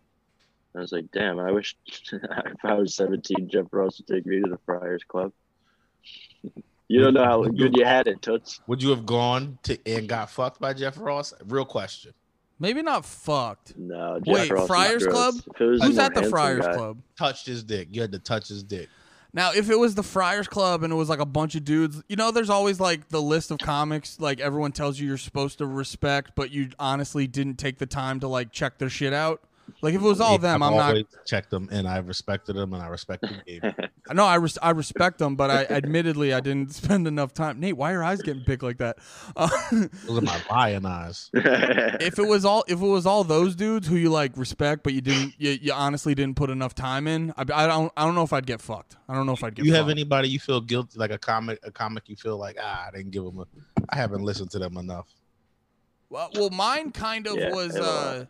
I was like, damn, I wish if I was 17, Jeff Ross would take me to the Friars Club. you don't know how good you had it, Toots.
Would you have gone to and got fucked by Jeff Ross? Real question.
Maybe not fucked.
No, Jeff
Wait,
Ross is
Friars
gross.
Club?
If it was a
Who's
more
at the
handsome
Friars
guy-
Club?
Touched his dick. You had to touch his dick.
Now, if it was the Friars Club and it was like a bunch of dudes, you know, there's always like the list of comics, like everyone tells you you're supposed to respect, but you honestly didn't take the time to like check their shit out. Like if it was all them, I'm not.
not checked them and I respected them and I respect the game.
No, I res- I respect them, but I admittedly I didn't spend enough time. Nate, why are your eyes getting big like that? Uh,
Those are my lion eyes.
if it was all if it was all those dudes who you like respect, but you didn't you, you honestly didn't put enough time in, I, I don't I don't know if I'd get fucked. I don't know if I'd
Do
get.
you
fucked.
have anybody you feel guilty like a comic a comic you feel like ah I didn't give them a I haven't listened to them enough.
Well, well mine kind of
Yeah,
was.
I love
Uh,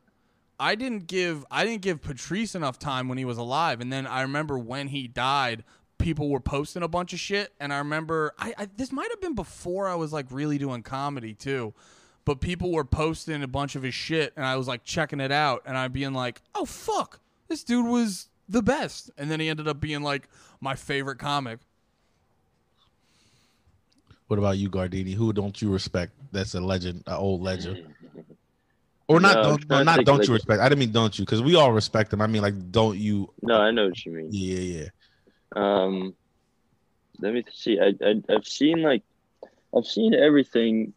I didn't give I didn't give Patrice enough time when he was alive, and then I remember when he died, people were posting a bunch of shit, and I remember I, I this might have been before I was like really doing comedy too. But people were posting a bunch of his shit, and I was like checking it out, and I'm being like, "Oh fuck, this dude was the best." And then he ended up being like my favorite comic.
What about you, Gardini? Who don't you respect? That's a legend, an old legend. Or not?
No, I'm
don't,
trying
no,
to
not
think,
don't
like-
you respect? I didn't mean don't you, because we all respect them. I mean like don't you?
no, I know what you mean.
Yeah, yeah.
Um, let me see. I, I I've seen like I've seen everything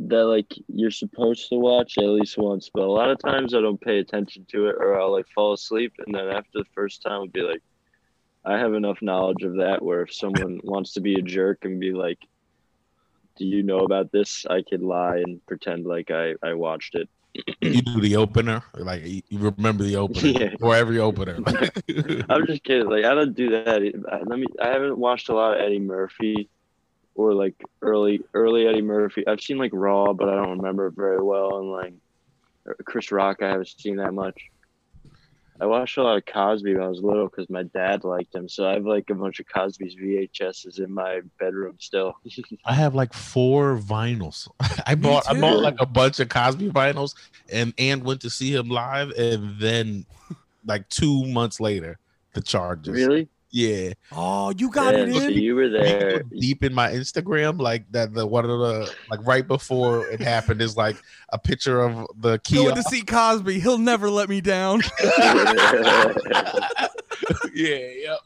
that like you're supposed to watch at least once, but a lot of times I don't pay attention to it or I'll like fall asleep and then after the first time I'll be like I have enough knowledge of that where if someone wants to be a jerk and be like do you know about this? I could lie and pretend like I, I watched it.
You do the opener, like you you remember the opener
Yeah.
for every opener.
I'm just kidding. Like I don't do that. I- Let me. I haven't watched a lot of Eddie Murphy, or like early early Eddie Murphy. I've seen like Raw, but I don't remember it very well. And like Chris Rock, I haven't seen that much. I watched a lot of Cosby when I was little because my dad liked him. So I have like a bunch of Cosby's VHSs in my bedroom still.
I have like four vinyls. I
Me
bought I bought
too.
like a bunch of Cosby vinyls and and went to see him live and then like two months later the charges.
really?
Yeah.
Oh, you got
yeah,
it
so
in.
you were
Like,
there.
Deep in my Instagram, like that the one of the like right before it happened is like a picture of the
Going to
kiosk.
see Cosby, he'll never let me down.
yeah, yeah.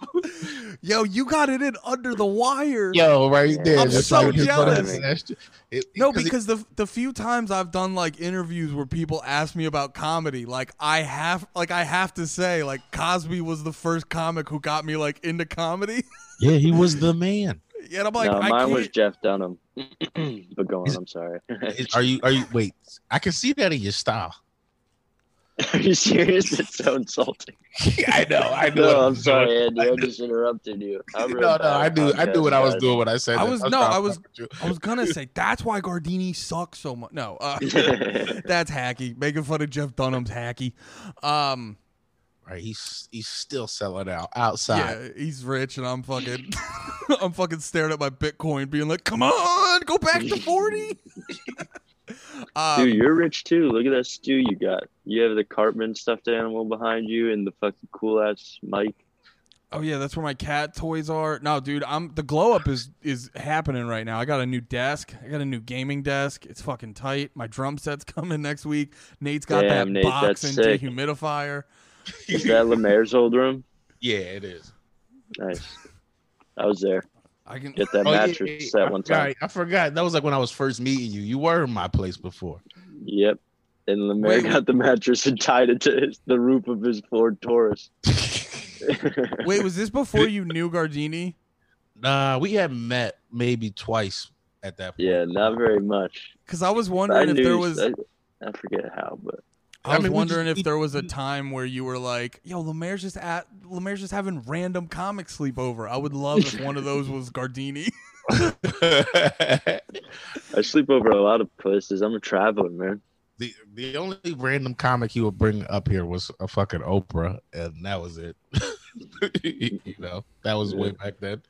Yo, you got it in under the wire.
Yo, right there.
I'm
just
so
like his brother
jealous.
snatched it. It-
No,
'cause it-
because the the few times I've done like interviews where people ask me about comedy, like I have like I have to say like Cosby was the first comic who got me like into comedy.
yeah, he was the man.
and I'm like,
no,
I
mine
can't.
was Jeff Dunham. but go on.
Is-
I'm sorry.
Is- Are you are you wait, I can see that in your style.
Are you serious? It's so insulting.
I know, I know.
No, I'm sorry, Andy. I just interrupted you. I'm real
no, no,
bad
I
at
knew, I knew what I was
podcasting,
doing when I said.
I
that.
was- no,
trying
I
to
was-
fuck with you.
I was gonna say that's why Gardini sucks so much. No, uh,
guys.
that's hacky. Making fun of Jeff Dunham's hacky. Um,
Right, he's he's still selling out outside.
yeah, he's rich, and I'm fucking, I'm fucking staring at my Bitcoin, being like, come on, go back to forty. um,
Dude, you're rich too. Look at that stew you got. You have the Cartman stuffed animal behind you and the fucking cool ass mic.
Oh yeah, that's where my cat toys are. No, dude, I'm the glow up is is happening right now. I got a new desk. I got a new gaming desk. It's fucking tight. My drum set's coming next week. Nate's got that
Damn, Nate,
box
that's
and
sick.
dehumidifier.
Is that Lemaire's old room?
Yeah, it is.
Nice. I was there.
I can
Get that
Oh, yeah,
mattress
yeah,
that
I
one
forgot,
time.
I forgot. That was like when I was first meeting you. You were in my place before.
Yep. And Lemaire
Wait,
got the mattress and tied it to his, the roof of his Ford Taurus.
wait. Was this before you knew Gardini?
Nah, we had met maybe twice at that. Point.
yeah, not very much.
Because I was
I
wondering if
knew
there
you-
was.
I, I forget how, but
I
I
mean,
was
we just-
wondering
we-
if there was a time where you were like, "Yo, Lemaire's just at Lemaire's just having random comic sleepover." I would love if one of those was Gardini.
I sleep over a lot of places. I'm a traveler, man.
the the only random comic he would bring up here was a fucking Oprah, and that was it. you know, that was way back then.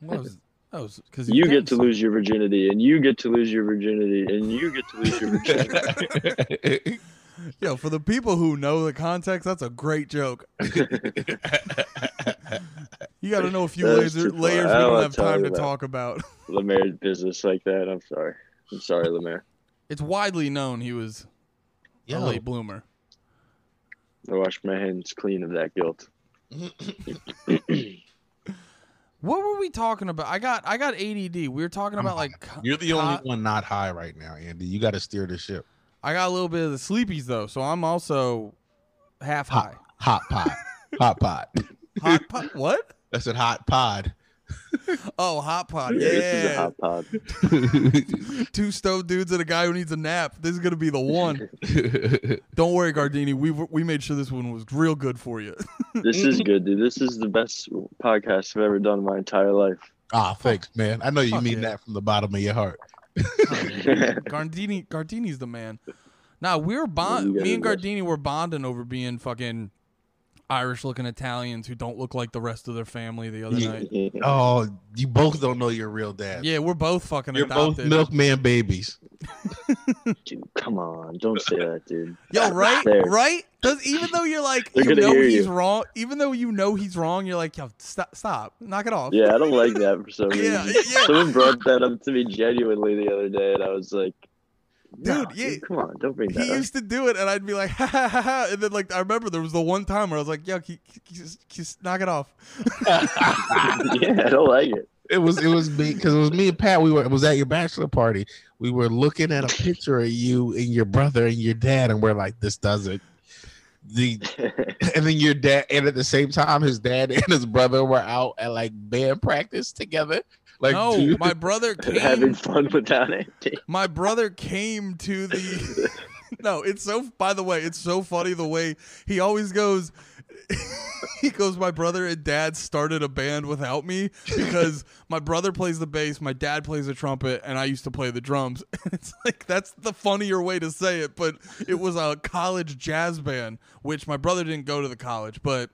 What was- that was because
You get to lose your virginity, and you get to lose your virginity, and you get to lose your virginity.
Yo, for the people who know the context, that's a great joke. You got to know a few
That was too
laser,
far.
layers we
I don't
don't
wanna
have
tell
time
you
to
that.
talk about.
Lemaire's business like that. I'm sorry. I'm sorry, Lemaire.
It's widely known he was
Yo,
a late bloomer.
I wash my hands clean of that guilt.
What were we talking about? I got I got ADD. We were talking
I'm
about
high.
like co-
You're the
co-
only one not high right now, Andy. You got to steer the ship.
I got a little bit of the sleepies though, so I'm also half
Hot,
high.
hot pot, hot pot.
Hot pot? What?
I said hot pod.
Oh, hot pot.
Yeah, This is a
Yeah.
hot pod.
Two stove dudes and a guy who needs a nap. This is gonna be the one. Don't worry, Gardini. We we made sure this one was real good for you.
This is good, dude. This is the best podcast I've ever done in my entire life.
ah, thanks, man. I know you
Fuck
mean
yeah.
that from the bottom of your heart.
Gardini Gardini's the man. Now we were bond.
You got
Me
it,
and
Russ.
Gardini were bonding over being fucking Irish-looking Italians who don't look like the rest of their family. The other
Yeah.
night,
Oh, you both don't know your real dad.
yeah, we're both fucking
You're both
adopted.
milkman babies.
dude, come on. Don't say that, dude.
Yo, right,
There.
right. Does even though you're like
They're
you
gonna
know
hear
he's
you.
wrong, even though you know he's wrong, you're like, yo, stop, stop, knock it off.
Yeah, I don't like that for some reason.
Yeah, yeah, yeah.
Someone brought that up to me genuinely the other day, and I was like, nah,
Dude, yeah.
come on, don't bring that
He
up.
used to do it, and I'd be like, ha ha ha, ha. and then like I remember there was the one time where I was like, yo, c- c- just, just knock it off.
yeah, I don't like it.
It was it was me because it was me and Pat. We were it was at your bachelor party. We were looking at a picture of you and your brother and your dad, and we're like, this doesn't. The and then your dad, and at the same time, his dad and his brother were out at like band practice together. Like,
no,
dude,
my brother
I'm having
came.
fun without it.
my brother came to the. no, it's so. By the way, it's so funny the way he always goes. he goes. My brother and dad started a band without me because my brother plays the bass, my dad plays the trumpet, and I used to play the drums. it's like that's the funnier way to say it, but it was a college jazz band, which my brother didn't go to the college, but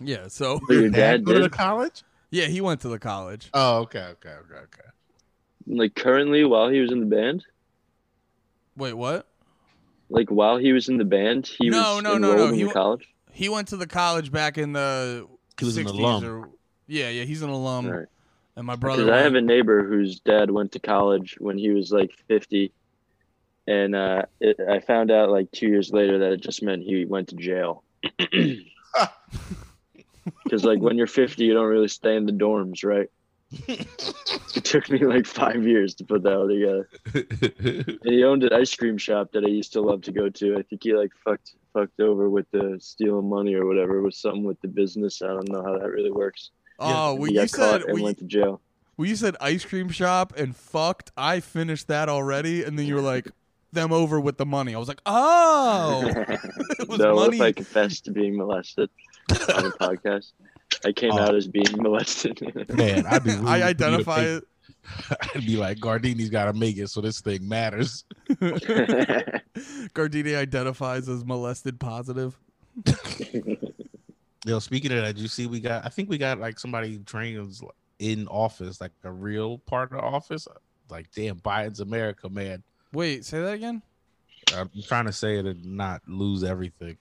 yeah. So
But your dad
go to
did.
the college.
yeah, he went to the college.
Oh, okay, okay, okay, okay.
Like currently, while he was in the band,
Wait, what?
like while he was in the band, he
No,
was
no, no,
enrolled
no,
in
he
the
wa-
college.
He went to the college back in the
He was an
60s
alum.
Or, yeah, yeah, he's an alum.
All right.
And my um, brother.
Because I
went-
have a neighbor whose dad went to college when he was like 50, and uh, it, I found out like two years later that it just meant he went to jail. Because like when you're 50, you don't really stay in the dorms, right? it took me like five years to put that all together. And he owned an ice cream shop that I used to love to go to. I think he like fucked fucked over with the stealing money or whatever with something with the business. I don't know how that really works.
Oh,
And
when
he got
you said
caught and
when you,
went to jail.
when you said ice cream shop and fucked, I finished that already, and then you were like them over with the money. I was like, oh, it was
no, what if I
money.
confessed to being molested on the podcast? I came
Oh.
out as being molested.
Man, I'd be. rooting for you to
I identify
make-
it.
I'd be like, Gardini's got to make it, so this thing matters.
Gardini identifies as molested positive.
Yo, speaking of that, you see, we got. I think we got like somebody trains in office, like a real part of office. Like, damn, Biden's America, man.
Wait, say that again.
I'm trying to say it and not lose everything.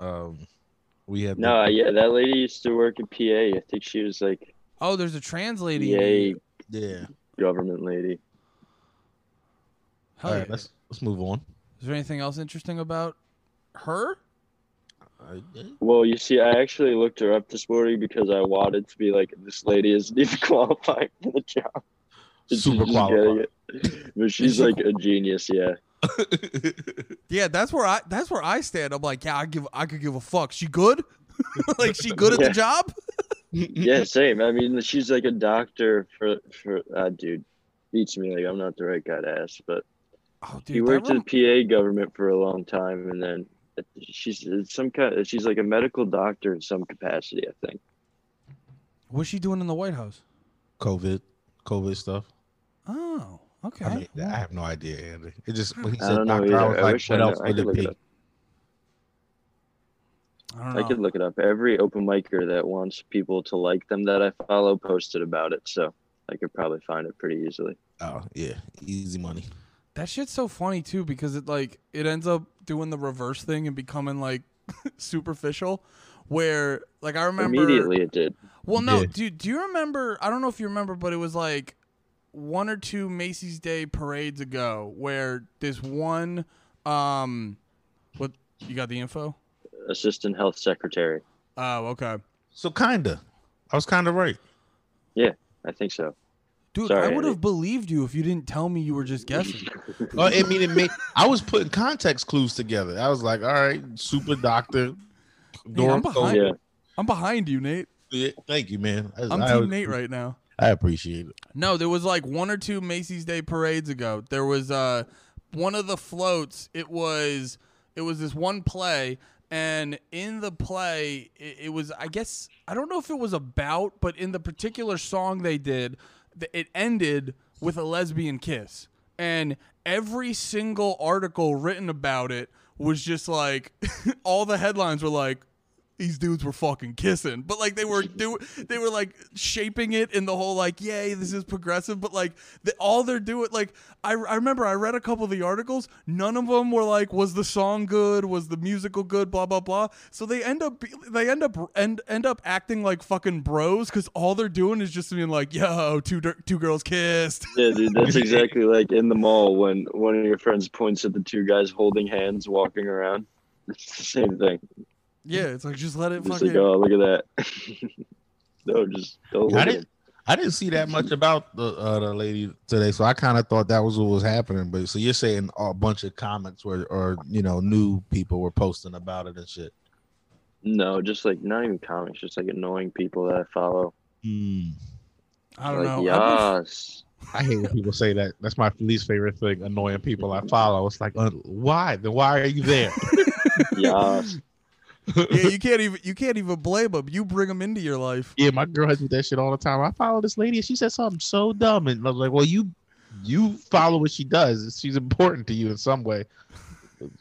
Um, we had
no, yeah, that lady used to work in PA. I think she was like
Oh, there's a trans lady. in
yay
here.
yeah.
government lady.
Hell
All
yeah.
right, let's let's move on.
Is there anything else interesting about her?
Well, you see, I actually looked her up this morning because I wanted to be like, this lady isn't even qualified for the job. She's
Super
just getting
qualified.
it. But she's
she
like a genius, yeah.
Yeah, that's where I that's where I stand. I'm like, yeah, I give I could give a fuck. She good? like she good at
Yeah.
the job?
Yeah, same. I mean, she's like a doctor for for uh, dude. Beats me like I'm not the right guy to ask, but
Oh, dude,
he
that
worked in
rem-
the PA government for a long time, and then she's it's some kind. She's like a medical doctor in some capacity, I think.
what's she doing in the White House?
COVID, COVID stuff.
Oh, okay.
I mean, I have no idea, Andy. It just when he
I
said
don't know
doctor, I
either.
was
I
like,
wish I
what
knew.
else
I
would
could
it
look it
be?
up.
I don't
I
know.
could look it up. Every open micer that wants people to like them that I follow posted about it, so I could probably find it pretty easily.
Oh yeah, easy money.
That shit's so funny too because it like it ends up doing the reverse thing and becoming like superficial, where like I remember
Immediately, it did.
Well, no,
Yeah.
dude. Do you remember? I don't know if you remember, but it was like one or two Macy's Day parades ago, where this one, um, what you got the info?
Assistant health secretary.
Oh, okay.
So kinda, I was kind of right.
I think so.
Dude,
Sorry,
I would have
Andy.
believed you if you didn't tell me you were just guessing.
Well, I mean, it made, I was putting context clues together. I was like, all right, super doctor.
Hey, I'm
Dorm
behind.
Yeah.
I'm behind you, Nate.
Yeah, Thank you, man. I,
I'm
I-
team Nate right now.
I appreciate it.
No, there was like one or two Macy's Day parades ago. There was uh one of the floats. It was it was this one play, and in the play, it, it was I guess I don't know if it was about, but in the particular song they did, th- it ended with a lesbian kiss, and every single article written about it was just like all the headlines were like these dudes were fucking kissing, but like they were do they were like shaping it in the whole like, yay, this is progressive. But like the, all they're doing, like I, I remember I read a couple of the articles. None of them were like, was the song good? Was the musical good? Blah blah blah. So they end up be- they end up end end up acting like fucking bros because all they're doing is just being like, yo, two dir- two girls kissed.
Yeah, dude, that's exactly like in the mall when one of your friends points at the two guys holding hands walking around. It's the same thing.
Yeah, it's like just let it
Just
fucking.
like, oh, look at that. no, just don't
I
look at
didn't. I didn't see that much about the uh, the lady today, so I kind of thought that was what was happening. But so you're saying a bunch of comments were, or you know, new people were posting about it and shit.
No, just like not even comics, just like annoying people that I follow.
Mm.
I don't
like,
know. I've been-
Yas.
I hate when people say that. That's my least favorite thing. Annoying people I follow. It's like, uh, why? Then why are you there?
Yas.
yeah, you can't even you can't even blame them. You bring them into your life.
Yeah, my girl has with that shit all the time. I follow this lady and she said something so dumb, and I was like, "Well, you, you follow what she does. She's important to you in some way."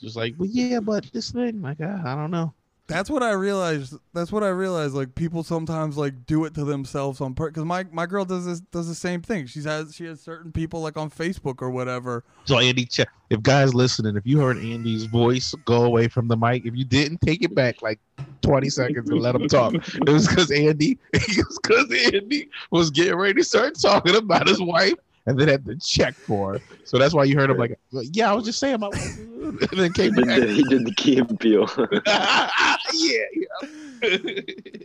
Just like, well, yeah, but this thing, like, I, I don't know.
That's what I realized. That's what I realized. Like people sometimes like do it to themselves on purpose. Because my my girl does this does the same thing. She's has she has certain people like on Facebook or whatever.
So Andy, check. If guys listening, if you heard Andy's voice go away from the mic, if you didn't take it back like twenty seconds and let him talk, it was because Andy, it was because Andy was getting ready to start talking about his wife, and then had to check for her. So that's why you heard him like, yeah, I was just saying my, wife," and then
He
came
did,
back.
the, he did the key appeal.
yeah.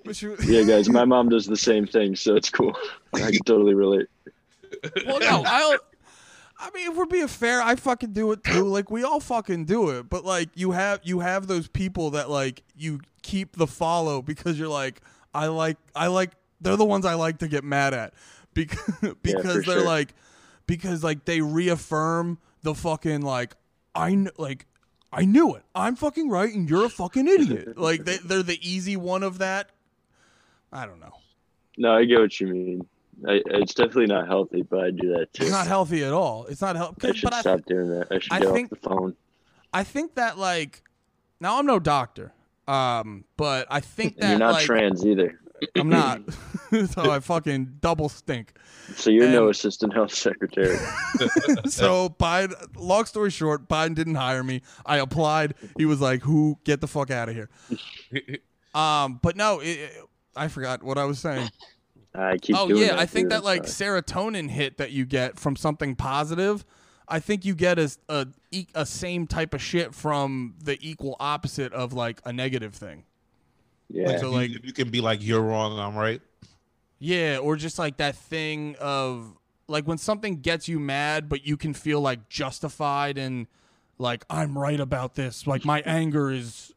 But she,
yeah, guys, my mom does the same thing, so it's cool. I can totally relate.
well, no, I. I mean, if we're being fair, I fucking do it too. Like we all fucking do it. But like you have you have those people that like you keep the follow because you're like I like I like they're the ones I like to get mad at because because
for
they're
sure.
like because like they reaffirm the fucking like I kn- like I knew it. I'm fucking right and you're a fucking idiot. like they they're the easy one of that. I don't know.
No, I get what you mean. I, it's definitely not healthy, but I do that too.
It's not healthy at all. It's not help.
I should
but I
stop doing that. I should
I
get
think-
off the phone.
I think that like now I'm no doctor. Um, but I think
And
that
you're not
like
trans either.
I'm not. so I fucking double stink.
So you're no
And-
assistant health secretary.
So Biden long story short, Biden didn't hire me. I applied. He was like, Who get the fuck out of here? Um, but no, it, it- I forgot what I was saying.
I keep
oh
doing
yeah,
that.
I think
dude.
that
I'm
like
sorry.
serotonin hit that you get from something positive. I think you get a, a e- a same type of shit from the equal opposite of like a negative thing.
yeah.
so, like-
you can be like, you're wrong, I'm right.
Yeah, or just like that thing of like when something gets you mad, but you can feel like justified and like I'm right about this. Like my anger is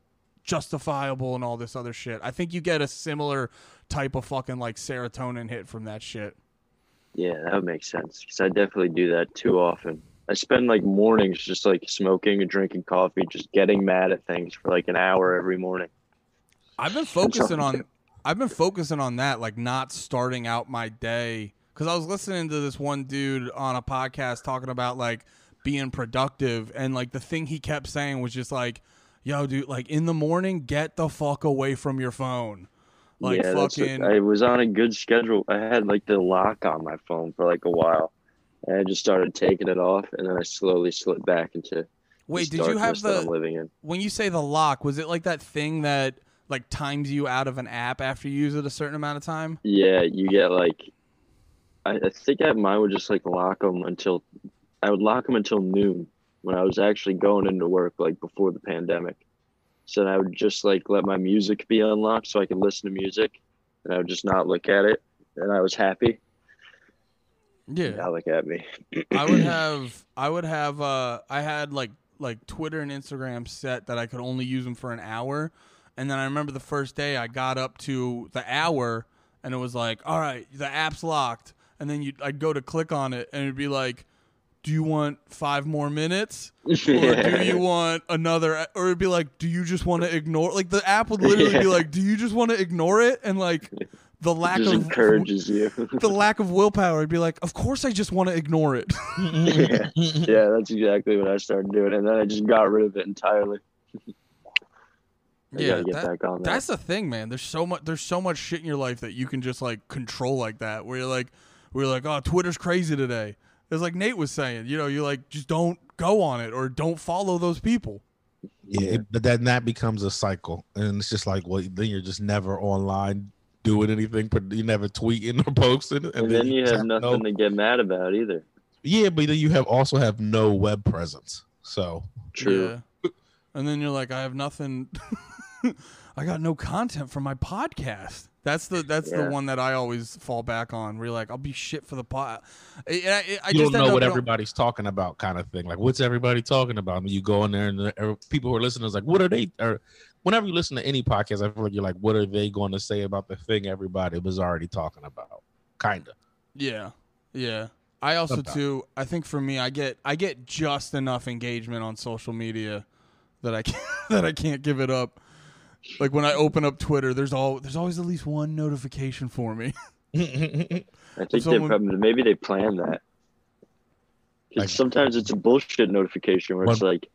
justifiable and all this other shit. I think you get a similar type of fucking like serotonin hit from that shit.
Yeah, that would make sense because I definitely do that too often. I spend like mornings just like smoking and drinking coffee, just getting mad at things for like an hour every morning.
I've been focusing on I've been focusing on that like not starting out my day cuz I was listening to this one dude on a podcast talking about like being productive and like the thing he kept saying was just like yo dude like in the morning get the fuck away from your phone. Like
yeah, that's what-
fucking
I was on a good schedule. I had like the lock on my phone for like a while. And I just started taking it off, and then I slowly slipped back into
Wait,
the
did you have
darkness that I'm
the
living in.
when you say the lock was it like that thing that like times you out of an app after you use it a certain amount of time?
Yeah, you get like, I, I think I mine would just like lock them until, I would lock them until noon when I was actually going into work like before the pandemic. So then I would just like let my music be unlocked so I could listen to music, and I would just not look at it, and I was happy.
Yeah.
Now look at me.
I would have I would have uh I had like like Twitter and Instagram set that I could only use them for an hour. And then I remember the first day I got up to the hour and it was like, "All right, the app's locked." And then you I'd go to click on it and it'd be like, "Do you want 5 more minutes?" or do you want another or it'd be like do you just want to ignore like the app would literally be
Yeah.
like do you just want to ignore it and like the lack
just
of
encourages you.
the lack of willpower would be like of course i just want to ignore it Mm-hmm.
yeah. yeah, that's exactly what I started doing, and then I just got rid of it entirely. I
yeah
gotta get
that-
back on that.
that's the thing man there's so much there's so much shit in your life that you can just like control like that where you're like we're like oh twitter's crazy today it's like nate was saying you know you're like just don't go on it or don't follow those people
Yeah, it, but then that becomes a cycle, and it's just like, well, then you're just never online doing anything, but you never tweeting or posting, and,
and then you
just
have nothing
No,
to get mad about either.
yeah, but then you have also have no web presence. So
True.
Yeah. And then you're like, I have nothing. I got no content for my podcast. That's the that's the
Yeah.
one that I always fall back on. Where you're like, I'll be shit for the pod. I, I, I
you
just
don't know
end
what
up-
everybody's talking about, kind of thing. Like, what's everybody talking about? And you go in there, and the, er, people who are listening is like, what are they? Or whenever you listen to any podcast, I feel like you're like, what are they going to say about the thing everybody was already talking about? Kind of.
Yeah, yeah. I also
Sometimes.
too. I think for me, I get I get just enough engagement on social media that I can, that I can't give it up. Like when I open up Twitter, there's all there's always at least one notification for me.
I think
Someone-
they probably maybe they plan that. 'Cause
Like-
sometimes it's a bullshit notification where it's
What-
like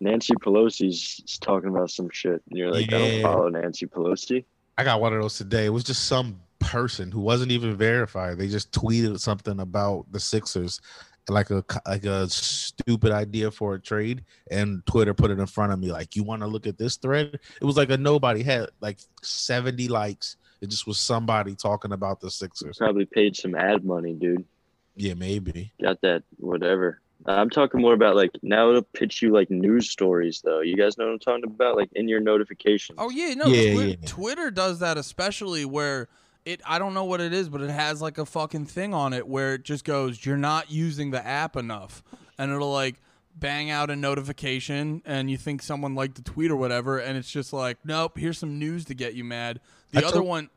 Nancy Pelosi's s- talking about some shit, and you're like, I
Yeah.
don't follow Nancy Pelosi.
I got one of those today. It was just some person who wasn't even verified. They just tweeted something about the Sixers, like a like a stupid idea for a trade, and Twitter put it in front of me. Like, you want to look at this thread? It was like a nobody had like seventy likes. It just was somebody talking about the Sixers.
Probably paid some ad money, dude.
Yeah, maybe.
Got that, whatever. I'm talking more about like now it'll pitch you like news stories though. You guys know what I'm talking about, like in your notifications.
Oh yeah, no,
Yeah,
Twi-
yeah, yeah.
Twitter does that especially where it I don't know what it is, but it has like a fucking thing on it where it just goes, You're not using the app enough and it'll like bang out a notification and you think someone liked the tweet or whatever and it's just like, Nope, here's some news to get you mad. The
I
other
told-
one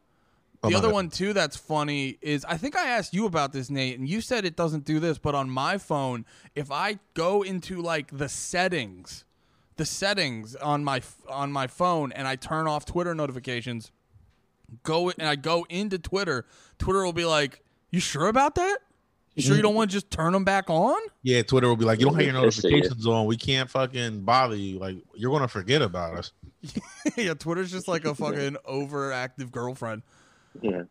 Oh,
the
my
other
bad.
one too that's funny is I think I asked you about this, Nate, and you said it doesn't do this, but on my phone, if I go into like the settings, the settings on my f- on my phone, and I turn off Twitter notifications, go and I go into Twitter, Twitter will be like, "You sure about that? You sure you don't want to just turn them back on?"
Yeah, Twitter will be like, you don't have your
They're pissed at you.
notifications on. We can't fucking bother you. Like, you're gonna forget about us.
yeah, Twitter's just like a fucking overactive girlfriend.
Yeah.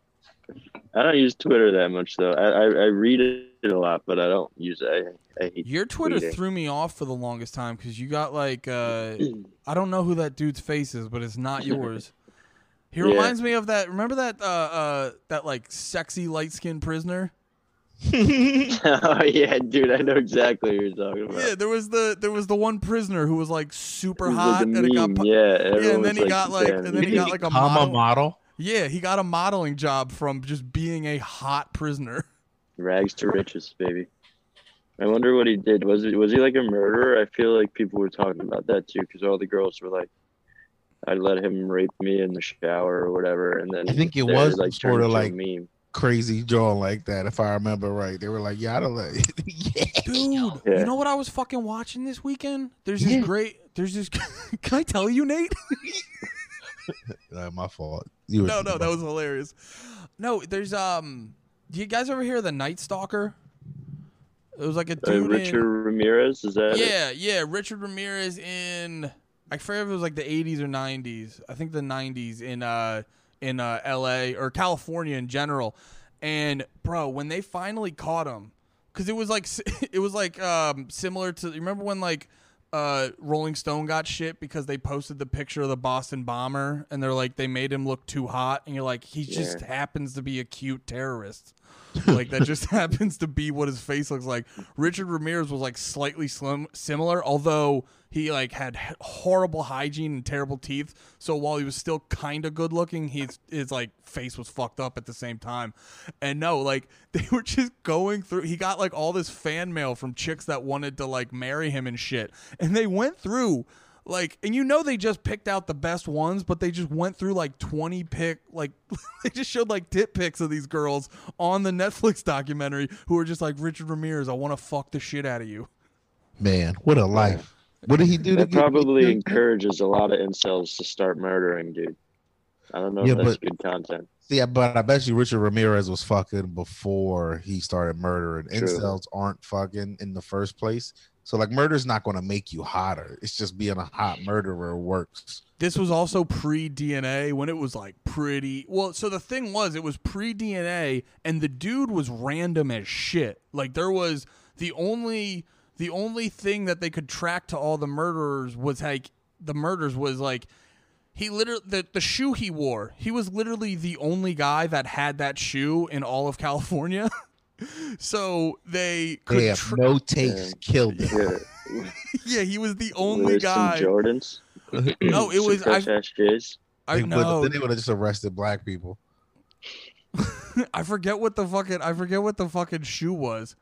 I don't use Twitter that much though. I, I, I read it a lot, but I don't use it. I, I hate
Your Twitter
Tweeting.
threw me off for the longest time because you got like uh, I don't know who that dude's face is, but it's not yours. He
Yeah.
reminds me of that. Remember that uh, uh, that like sexy light skinned prisoner?
oh yeah, dude, I know exactly what you're talking about.
Yeah, there was the there was the one prisoner who was like super
It was
hot,
like a
and it got
meme,
pu-
yeah,
yeah,
everyone
and then
was
he got like
"Damn,
and then he
you
got like a
I'm a
model.
model.
yeah, he got a modeling job from just being a hot prisoner.
rags to riches, baby. I wonder what he did. Was it was he like a murderer? I feel like people were talking about that too, because all the girls were like, "I let him rape me in the shower or whatever," and then
I think it
they,
was
like
sort
turned
of
into a
like-
meme.
Crazy drawing like that, if I remember right. They were like, yeah, I don't like.
Dude,
Yeah.
you know what I was fucking watching this weekend? There's this
Yeah.
great. There's this. Can I tell you, Nate?
Uh, my fault. You were
No, no, that was hilarious. No, there's um. Do you guys ever hear the Night Stalker? It was like a
Uh,
dude.
Richard Ramirez is that?
in,
it?
yeah, yeah. Richard Ramirez in I forget if it was like the 80s or 90s. I think the 90s in uh in uh L.A. or California in general. And bro, when they finally caught him, because it was like s- it was like um similar to you remember when like uh Rolling Stone got shit because they posted the picture of the Boston bomber and they're like they made him look too hot and you're like he just happens to be a cute terrorist. like that just happens to be what his face looks like. Richard Ramirez was like slightly slim, similar, although he like had h- horrible hygiene and terrible teeth. So while he was still kind of good looking, his his like face was fucked up at the same time. And no, like they were just going through. He got like all this fan mail from chicks that wanted to like marry him and shit. And they went through like and you know they just picked out the best ones but they just went through like 20 pick like they just showed like tit pics of these girls on the netflix documentary who were just like richard ramirez i want to fuck the shit out of you
Man, what a life. What did he do to
That
get-
probably encourages a lot of incels to start murdering, dude. I don't know
Yeah,
if that's
but-
good content.
Yeah, but I bet you Richard Ramirez was fucking before he started murdering.
True.
Incels aren't fucking in the first place. So like murder's not gonna make you hotter. It's just being a hot murderer works.
this was also pre DNA when it was like pretty well. So the thing was, it was pre DNA, and the dude was random as shit. Like there was the only the only thing that they could track to all the murderers was like the murders was like he literally the, the shoe he wore. He was literally the only guy that had that shoe in all of California. so they could
They have
tra-
no taste. Killed it.
Yeah.
yeah, he was the
Wear
only guy.
Some Jordans.
No, it
Some
was- I-
fresh-ass J's.
I
They would've-
know.
then they would have just arrested black people.
I forget what the fucking I forget what the fucking shoe was.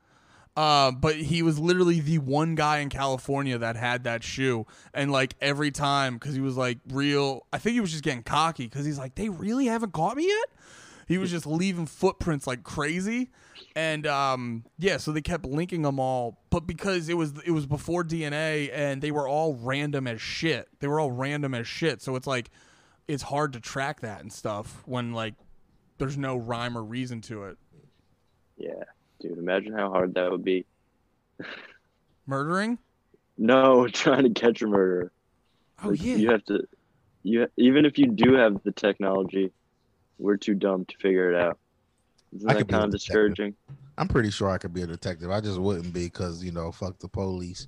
Uh, but he was literally the one guy in California that had that shoe, and like every time, because he was like real. I think he was just getting cocky because he's like, they really haven't caught me yet. He was just leaving footprints like crazy, and um, yeah. So they kept linking them all, but because it was it was before DNA, and they were all random as shit. They were all random as shit. So it's like it's hard to track that and stuff when like there's no rhyme or reason to it.
Yeah, dude. Imagine how hard that would be.
Murdering?
No, trying to catch a murderer.
Oh
Like,
yeah.
You have to. You even if you do have the technology, we're too dumb to figure it out. Isn't
I
that
could be
kind
a
of
detective.
discouraging?
I'm pretty sure I could be a detective. I just wouldn't be because you know, fuck the police.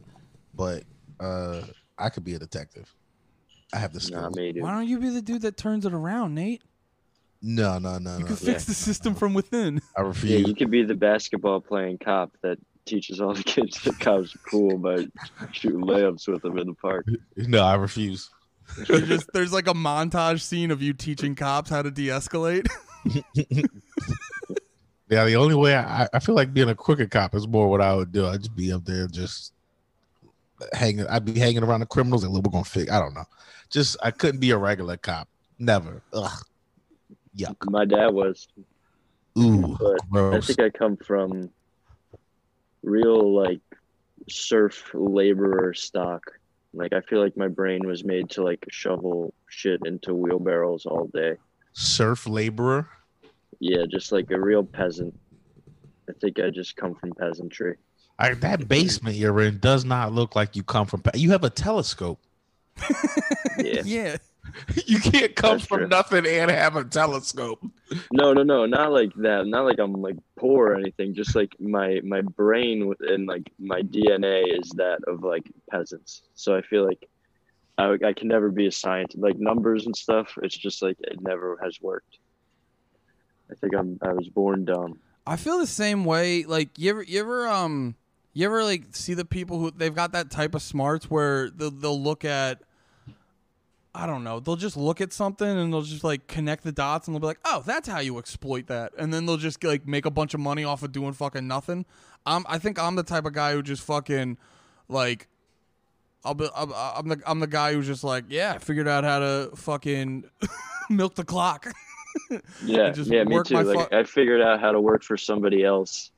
But uh I could be a detective. I have the skill.
Not me, dude.
Why don't you be the dude that turns it around, Nate?
No, no, no,
You
no.
can fix the system from within.
I
Yeah,
refuse.
you could be the basketball playing cop that teaches all the kids that cops are cool by shooting layups with them in the park.
No, I refuse.
You're just there's like a montage scene of you teaching cops how to de-escalate.
Yeah, the only way I, I feel like being a crooked cop is more what I would do. I'd just be up there just hanging. I'd be hanging around the criminals and we're gonna fix. I don't know. Just I couldn't be a regular cop. Never. Ugh. Yuck.
My dad was.
Ooh.
But I
Gross.
think I come from real like surf laborer stock. Like I feel like my brain was made to like shovel shit into wheelbarrows all day.
Surf laborer.
Yeah, just like a real peasant. I think I just come from peasantry.
I, that basement you're in does not look like you come from. pa- You have a telescope.
Yeah.
yeah.
you can't come
That's
from
true.
nothing and have a telescope.
No, no, no, not like that. Not like I'm like poor or anything. Just like my my brain with- and like my DNA is that of like peasants. So I feel like I I can never be a scientist. Like numbers and stuff, it's just like it never has worked. I think I'm I was born dumb.
I feel the same way. Like you ever, you ever, um, you ever like see the people who they've got that type of smarts where they'll, they'll look at, I don't know, they'll just look at something and they'll just like connect the dots and they'll be like, oh, that's how you exploit that, and then they'll just like make a bunch of money off of doing fucking nothing. I'm, I think I'm the type of guy who just fucking, like, I'll be, I'm, I'm the, I'm the guy who's just like, yeah, I figured out how to fucking milk the clock.
Yeah,
just
yeah, me
work
too.
my
Like
fu-
I figured out how to work for somebody else,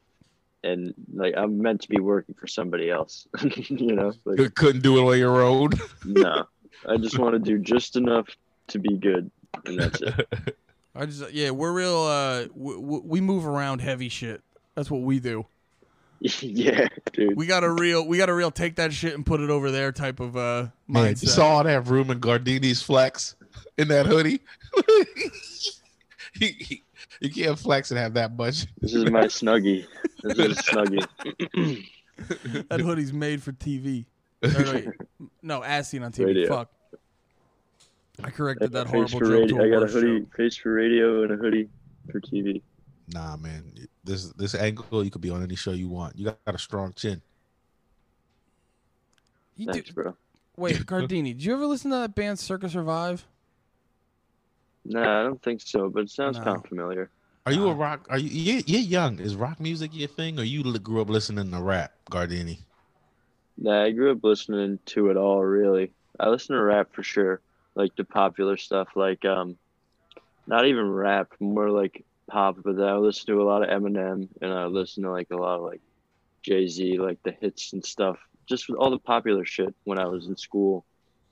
and like I'm meant to be working for somebody else. you know, like
You couldn't do it on your own.
no, I just want to do just enough to be good, and that's it.
I just yeah, we're real. Uh, we, we move around heavy shit. That's what we do.
yeah, dude.
We got a real, we got a real take that shit and put it over there type of uh
Man, you
mindset.
saw that room in Gardini's flex in that hoodie. He- he- you can't flex and have that much.
This is my snuggie. This is a snuggie.
that hoodie's made for TV. Or, wait, no, as seen on TV.
Radio.
Fuck. I corrected that
Face
horrible
for
joke. To
radio.
a
I got a
worse
hoodie.
joke.
Face for radio and a hoodie for TV.
Nah, man, this this angle you could be on any show you want. You got a strong chin.
You do-
Thanks, bro.
Wait, Gardini, did you ever listen to that band Circus Survive?
No, I don't think so, but it sounds
No.
kind of familiar.
Are you a
Nah.
rock? Are you you're, you're young? Is rock music your thing, or you li- grew up listening to rap, Gardini?
Nah, I grew up listening to it all, really. I listen to rap for sure, like the popular stuff, like um, not even rap, more like pop. But then I listen to a lot of Eminem, and I listen to like a lot of like Jay Z, like the hits and stuff, just with all the popular shit when I was in school.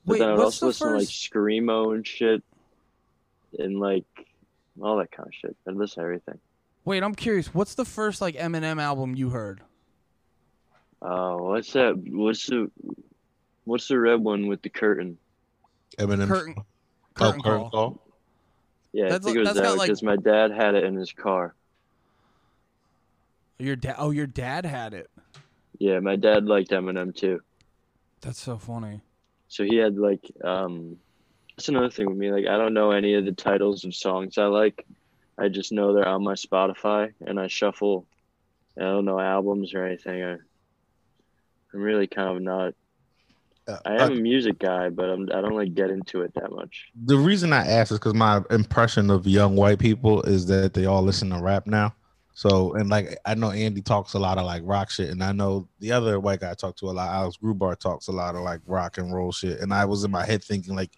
But
Wait,
then I would also
what's the
listen to like
first?
screamo and shit, and like all that kind of shit. I listen to everything.
Wait, I'm curious. What's the first like Eminem album you heard?
Uh, what's that? What's the what's the red one with the curtain?
Eminem.
Curtain,
oh,
curtain
curtain
call.
call.
Yeah, I think
That's like-
it was
that's got,
that
like-
because my dad had it in his car.
Your dad. Oh, your dad had it.
Yeah, my dad liked Eminem too,
That's so funny.
so he had like um. That's another thing with me. Like, I don't know any of the titles of songs I like. I just know they're on my Spotify, and I shuffle. I don't know albums or anything. I, I'm really kind of not.
Uh,
I
uh,
am a music guy, but I'm, I don't like get into it that much.
the reason I asked is because my impression of young white people is that they all listen to rap now. So and like I know Andy talks a lot of like rock shit, and I know the other white guy I talk to a lot, Alex Grubar talks a lot of like rock and roll shit. And I was in my head thinking like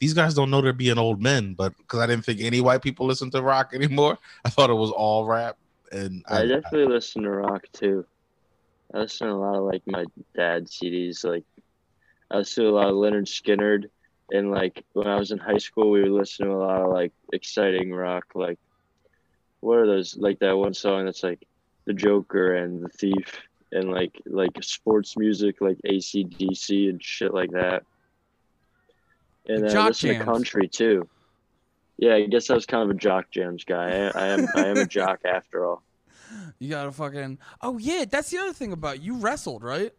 these guys don't know they're being old men, but because I didn't think any white people listen to rock anymore, I thought it was all rap. And
I
I,
definitely listen to rock too. I listen to a lot of like my dad's CDs. Like I listen to a lot of Leonard Skinner, and like when I was in high school, we would listen to a lot of like exciting rock. Like what are those? Like that one song that's like the Joker and the Thief, and like like sports music, like ACDC and shit like that. And
Like
then
jock
I listen
jams.
to country too. Yeah, I guess I was kind of a jock jams guy. I, I am I am a jock after all.
You gotta fucking. Oh yeah, that's the other thing about you wrestled, right?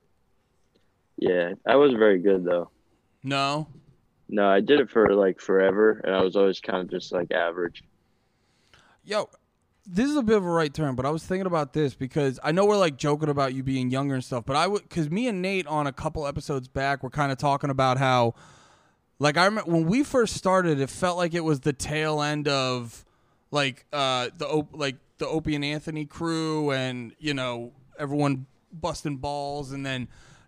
Yeah, I was very good though.
No.
No, I did it for like forever, and I was always kind of just like average.
Yo, this is a bit of a right turn, but I was thinking about this because I know we're like joking about you being younger and stuff, but I would because me and Nate on a couple episodes back were kind of talking about how, like, I remember when we first started, it felt like it was the tail end of like uh the op- like the Opie and Anthony crew, and you know everyone busting balls, and then.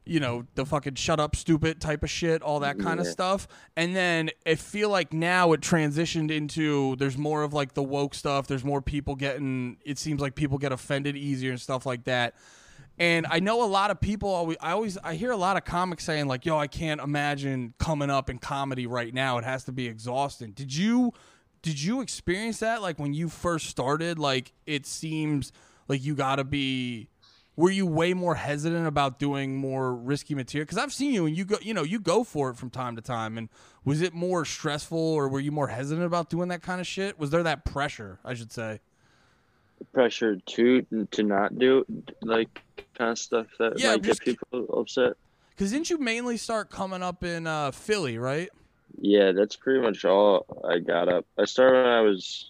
You know the fucking shut up, stupid type of shit, all that kind of
Yeah.
stuff, and then I feel like now it transitioned into there's more of like the woke stuff. There's more people getting. It seems like people get offended easier and stuff like that. And I know a lot of people always I always I hear a lot of comics saying like, "Yo, I can't imagine coming up in comedy right now. It has to be exhausting." Did you did you experience that like when you first started? Like it seems like you got to be were you way more hesitant about doing more risky material cuz I've seen you and you go you know, you go for it from time to time and was it more stressful or were you more hesitant about doing that kind of shit? Was there that pressure, I should say?
Pressure to to not do like kind of stuff that
Yeah,
might get
just-
people upset.
Cuz didn't you mainly start coming up in uh, Philly, right?
Yeah, that's pretty much all I got up. I started when I was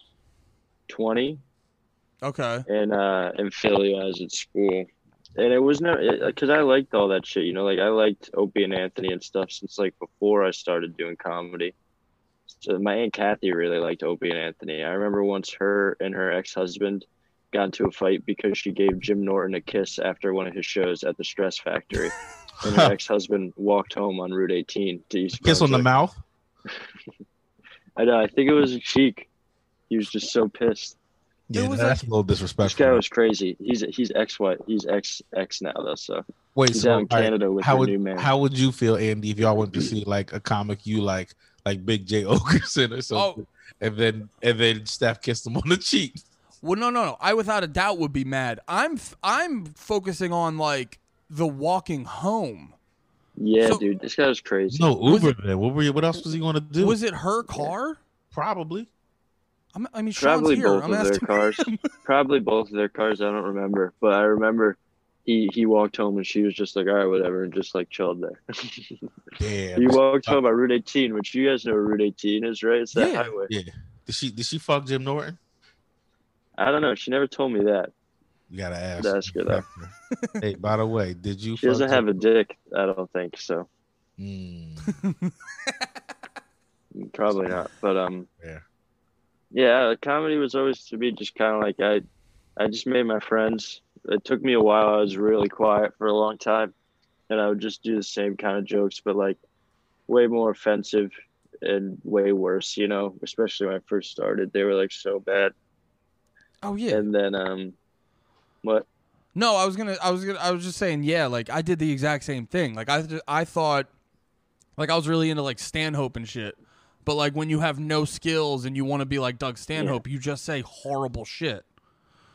twenty,
Okay.
and uh, in Philly, when I was at school, and it was never because I liked all that shit. You know, like I liked Opie and Anthony and stuff since like before I started doing comedy. So my aunt Kathy really liked Opie and Anthony. I remember once her and her ex husband got into a fight because she gave Jim Norton a kiss after one of his shows at the Stress Factory, and her ex husband walked home on Route 18 to East.
kiss on the
Brunswick.
mouth.
I know. I think it was a cheek. He was just so pissed.
There
Yeah,
was,
that's a little
This guy
disrespectful.
was crazy. He's he's ex white. He's ex ex now though. So
Wait,
he's
so
out in
all right,
Canada with
how
the
would
new man.
how would you feel, Andy, if y'all went to see like a comic you like, like Big J Okerson or something, and then and then Steph kissed him on the cheek?
Well, no, no, no. I without a doubt would be mad. I'm f- I'm focusing on like the walking home.
yeah,
so-
dude, this guy was crazy.
No
Was
Uber. Then what were you, what else was he going to do?
Was it her car?
probably?
I'm, I mean, Sean's
Probably
here.
both
I'm
of their
asking.
cars. Probably both of their cars. I don't remember, but I remember he he walked home and she was just like, all right, whatever, and just like chilled there.
Damn.
he walked home on Route 18, which you guys know where Route 18 is, right? It's that
Yeah.
highway.
Yeah. Did she did she fuck Jim Norton?
I don't know. She never told me that.
You gotta ask.
That's good, though.
hey, by the way, did you?
She
fuck
doesn't
Jim-
have a dick, I don't think. So
Mm.
Probably not. But um
Yeah.
Yeah, comedy was always to me just kinda like I I just made my friends. It took me a while, I was really quiet for a long time. And I would just do the same kind of jokes, but like way more offensive and way worse, you know, especially when I first started. They were like so bad.
Oh yeah.
And then um what
No, I was gonna. I was gonna. I was just saying. Yeah, like I did the exact same thing. Like I, th- I thought, like I was really into like Stanhope and shit. But like when you have no skills and you want to be like Doug Stanhope, you just say horrible shit.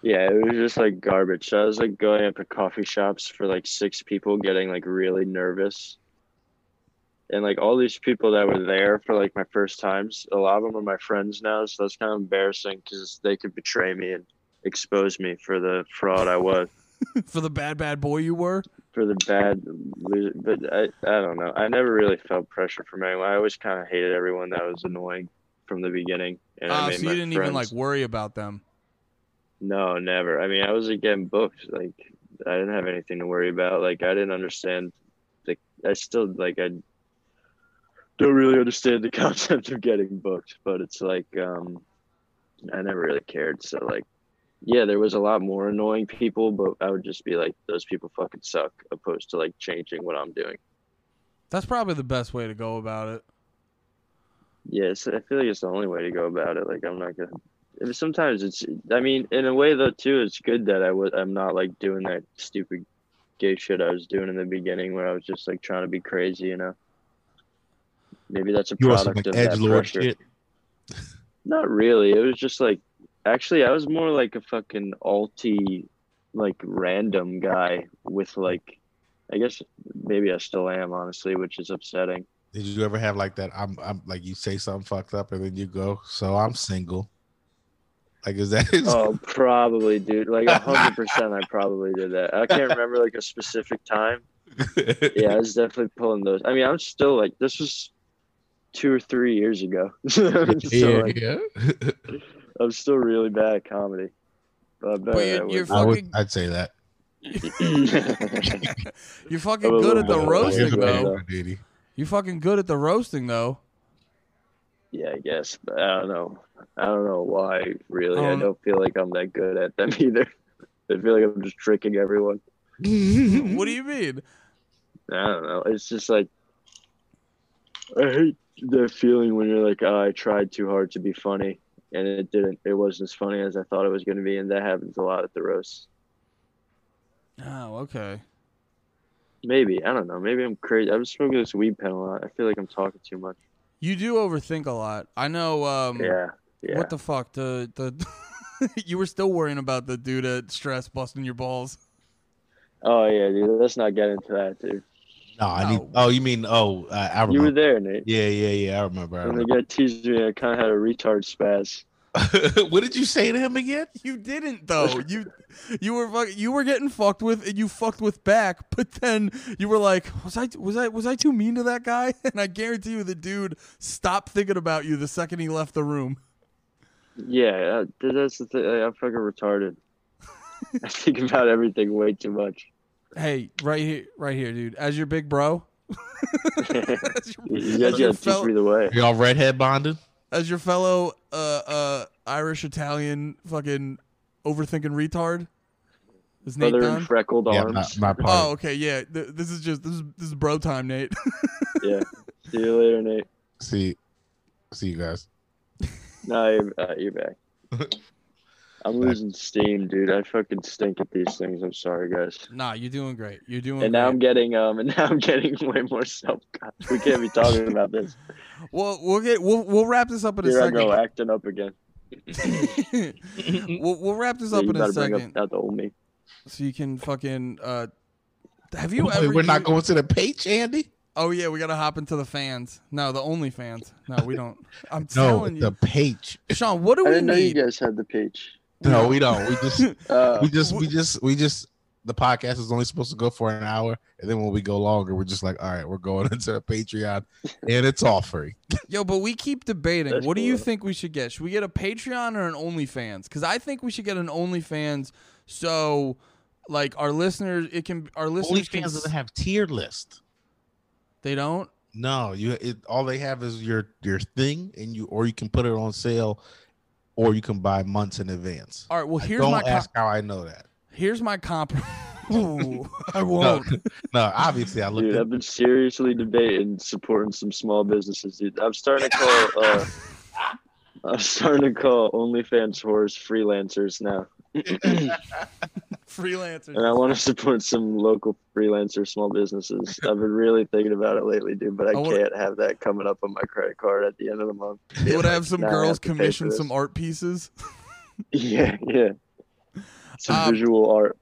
Yeah, it was just like garbage. So I was like going up to coffee shops for like six people, getting like really nervous. And like all these people that were there for like my first times, a lot of them are my friends now. So that's kind of embarrassing because they could betray me and expose me for the fraud I was,
For the bad bad boy you were.
for the bad. lo- But I, I don't know. I never really felt pressure from anyone. I always kind of hated everyone that was annoying from the beginning. And I
Ah,
made
so you
my
didn't even
friends-
like worry about them.
No, never. I mean, I was getting booked. Like, I didn't have anything to worry about. Like, I didn't understand. The, I still like I don't really understand the concept of getting booked, but it's like um, I never really cared. So like, yeah, there was a lot more annoying people, but I would just be like, those people fucking suck, opposed to like changing what I'm doing.
That's probably the best way to go about it.
Yes, I feel like it's the only way to go about it. Like I'm not gonna. I mean, Sometimes it's. I mean, in a way though too, it's good that I was. I'm not like doing that stupid gay shit I was doing in the beginning, where I was just like trying to be crazy. You know. Maybe that's a
You also
product
like
of
edge
that
lord
pressure.
shit.
Not really. It was just like, actually, I was more like a fucking alty, like random guy with like, I guess maybe I still am honestly, which is upsetting.
Did you ever have like that? I'm, I'm like you say something fucked up and then you go, so I'm single. Like is that?
Oh, probably, dude. Like a hundred percent, I probably did that. I can't remember like a specific time. Yeah, I was definitely pulling those. I mean, I'm still like this was two or three years ago. so
yeah,
like,
yeah.
I'm still really bad at comedy. But I bet
But
I
you- you're
would-
I would,
Fucking-
I'd say that.
You're
I
fucking
was a
good at the
little bit
roasting
older,
though.
though.
Diddy.
You fucking good at the roasting though.
yeah, I guess. But I don't know. I don't know why. Really, I
Um,
don't feel like I'm that good at them either. I feel like I'm just tricking everyone.
what do you mean?
I don't know. It's just like I hate that feeling when you're like, oh, I tried too hard to be funny, and it didn't. It wasn't as funny as I thought it was going to be, and that happens a lot at the roast.
Oh, okay.
Maybe I don't know. Maybe I'm crazy. I'm smoking this weed pen a lot. I feel like I'm talking too much.
You do overthink a lot. I know. Um,
Yeah, yeah.
What the fuck? The the you were still worrying about the dude at stress busting your balls.
oh yeah, dude. Let's not get into that, dude.
No, I need.
No.
Oh, you mean? Oh, I, I
You
remember.
were there, Nate.
yeah, yeah, yeah. I remember. I
When the guy teased me, I kind of had a retard spaz.
remember. what did you say to him again?
You didn't though. You you were fuck, you were getting fucked with, and you fucked with back. But then you were like, was I was I was I too mean to that guy? And I guarantee you, the dude stopped thinking about you the second he left the room.
Yeah, uh, dude, that's the thing. I'm fucking retarded. I think about everything way too much.
Hey, right here, right here, dude. As your big bro. as your,
You
as
guys
your
gotta teach
fel-
me the way.
Y'all redhead bonded.
as your fellow uh uh Irish Italian fucking overthinking retard. Is Nate
Feather
done?
and freckled
Yeah, my,
arms.
my part.
oh, okay, yeah. Th- this is just this is this is bro time, Nate.
yeah. See you later, Nate.
See, see you guys.
No, you're, uh, you're back. I'm losing steam, dude. I fucking stink at these things. I'm sorry, guys.
nah, you're doing great. You're doing
And now I'm getting um, and now I'm getting way more self. We can't be talking about this.
Well, we'll get we'll we'll wrap this up in a
Here I
second.
go eh? acting up again.
we'll we'll wrap this
Yeah,
up
you
in a
better bring up
second
not the old me.
so you can fucking uh have you
Wait,
ever
we're not
used-
going to the page, Andy.
Oh yeah, we got to hop into the fans. No, the only fans. No, we don't. I'm
No,
telling
the page.
you. Sean, what do
I
we
didn't know you
need?
guys had the peach.
No, we don't. We just,
Uh,
we just, we just, we just. The podcast is only supposed to go for an hour, and then when we go longer, we're just like, all right, we're going into the Patreon, and it's all free.
Yo, but we keep debating.
That's
what do
cool,
you
though.
think we should get? Should we get a Patreon or an OnlyFans? Because I think we should get an OnlyFans so, like, our listeners, it can our listeners can.
OnlyFans doesn't have tier list.
They don't.
No, you it, all they have is your your thing, and you or you can put it on sale, or you can buy months in advance.
All right. Well, here's
Don't
my com-
ask how I know that.
here's my comp. Ooh, I won't.
No, obviously I looked.
Dude,
At,
I've been seriously debating supporting some small businesses, dude. I'm starting to call uh I'm starting to call OnlyFans whores freelancers now. and
Freelancers.
I want to support some local freelancer small businesses. I've been really thinking about it lately, dude, but I,
I wanna-
can't have that coming up on my credit card at the end of the month.
You would have some
Now I
girls
have to pay for
commission
this.
some art pieces.
Yeah, yeah. Some
Um,
visual art.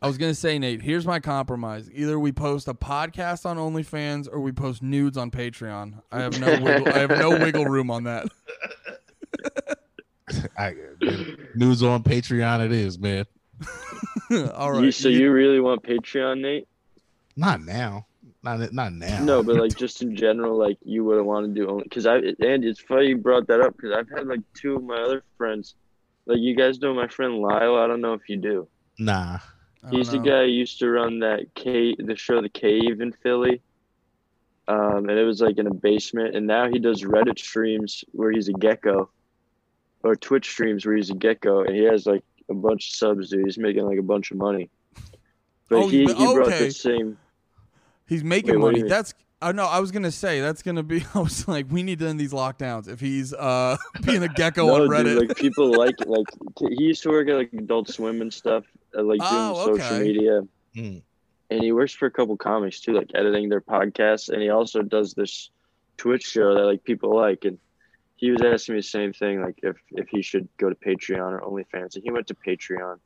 I was gonna say, Nate. Here's my compromise: either we post a podcast on OnlyFans or we post nudes on Patreon. I have no wiggle, I have no wiggle room on that.
I, news on Patreon, it is man.
All right.
You- so you really want Patreon, Nate?
Not now. Not not now.
No, but like just in general, like you wouldn't want to do only because I and it's funny you brought that up because I've had like two of my other friends, like you guys know my friend Lyle. I don't know if you do.
Nah.
I don't
He's the
know.
guy who used to run that cave, the show The Cave in Philly, um, and it was like in a basement. And now he does Reddit streams where he's a gecko, or Twitch streams where he's a gecko, and he has like a bunch of subs. Dude, he's making like a bunch of money. But
Oh,
he,
but-
he brought
okay.
the same.
He's making
Wait, what do
money.
you mean?
That's. I know. I was gonna say that's gonna be. I was like, we need to end these lockdowns. If he's uh being a gecko on
dude,
Reddit,
like people like it. Like t- he used to work at like Adult Swim and stuff, uh, like
Oh,
doing social
okay.
media.
Mm.
And he works for a couple comics too, like editing their podcasts. And he also does this Twitch show that like people like. And he was asking me the same thing, like if if he should go to Patreon or OnlyFans. And he went to Patreon.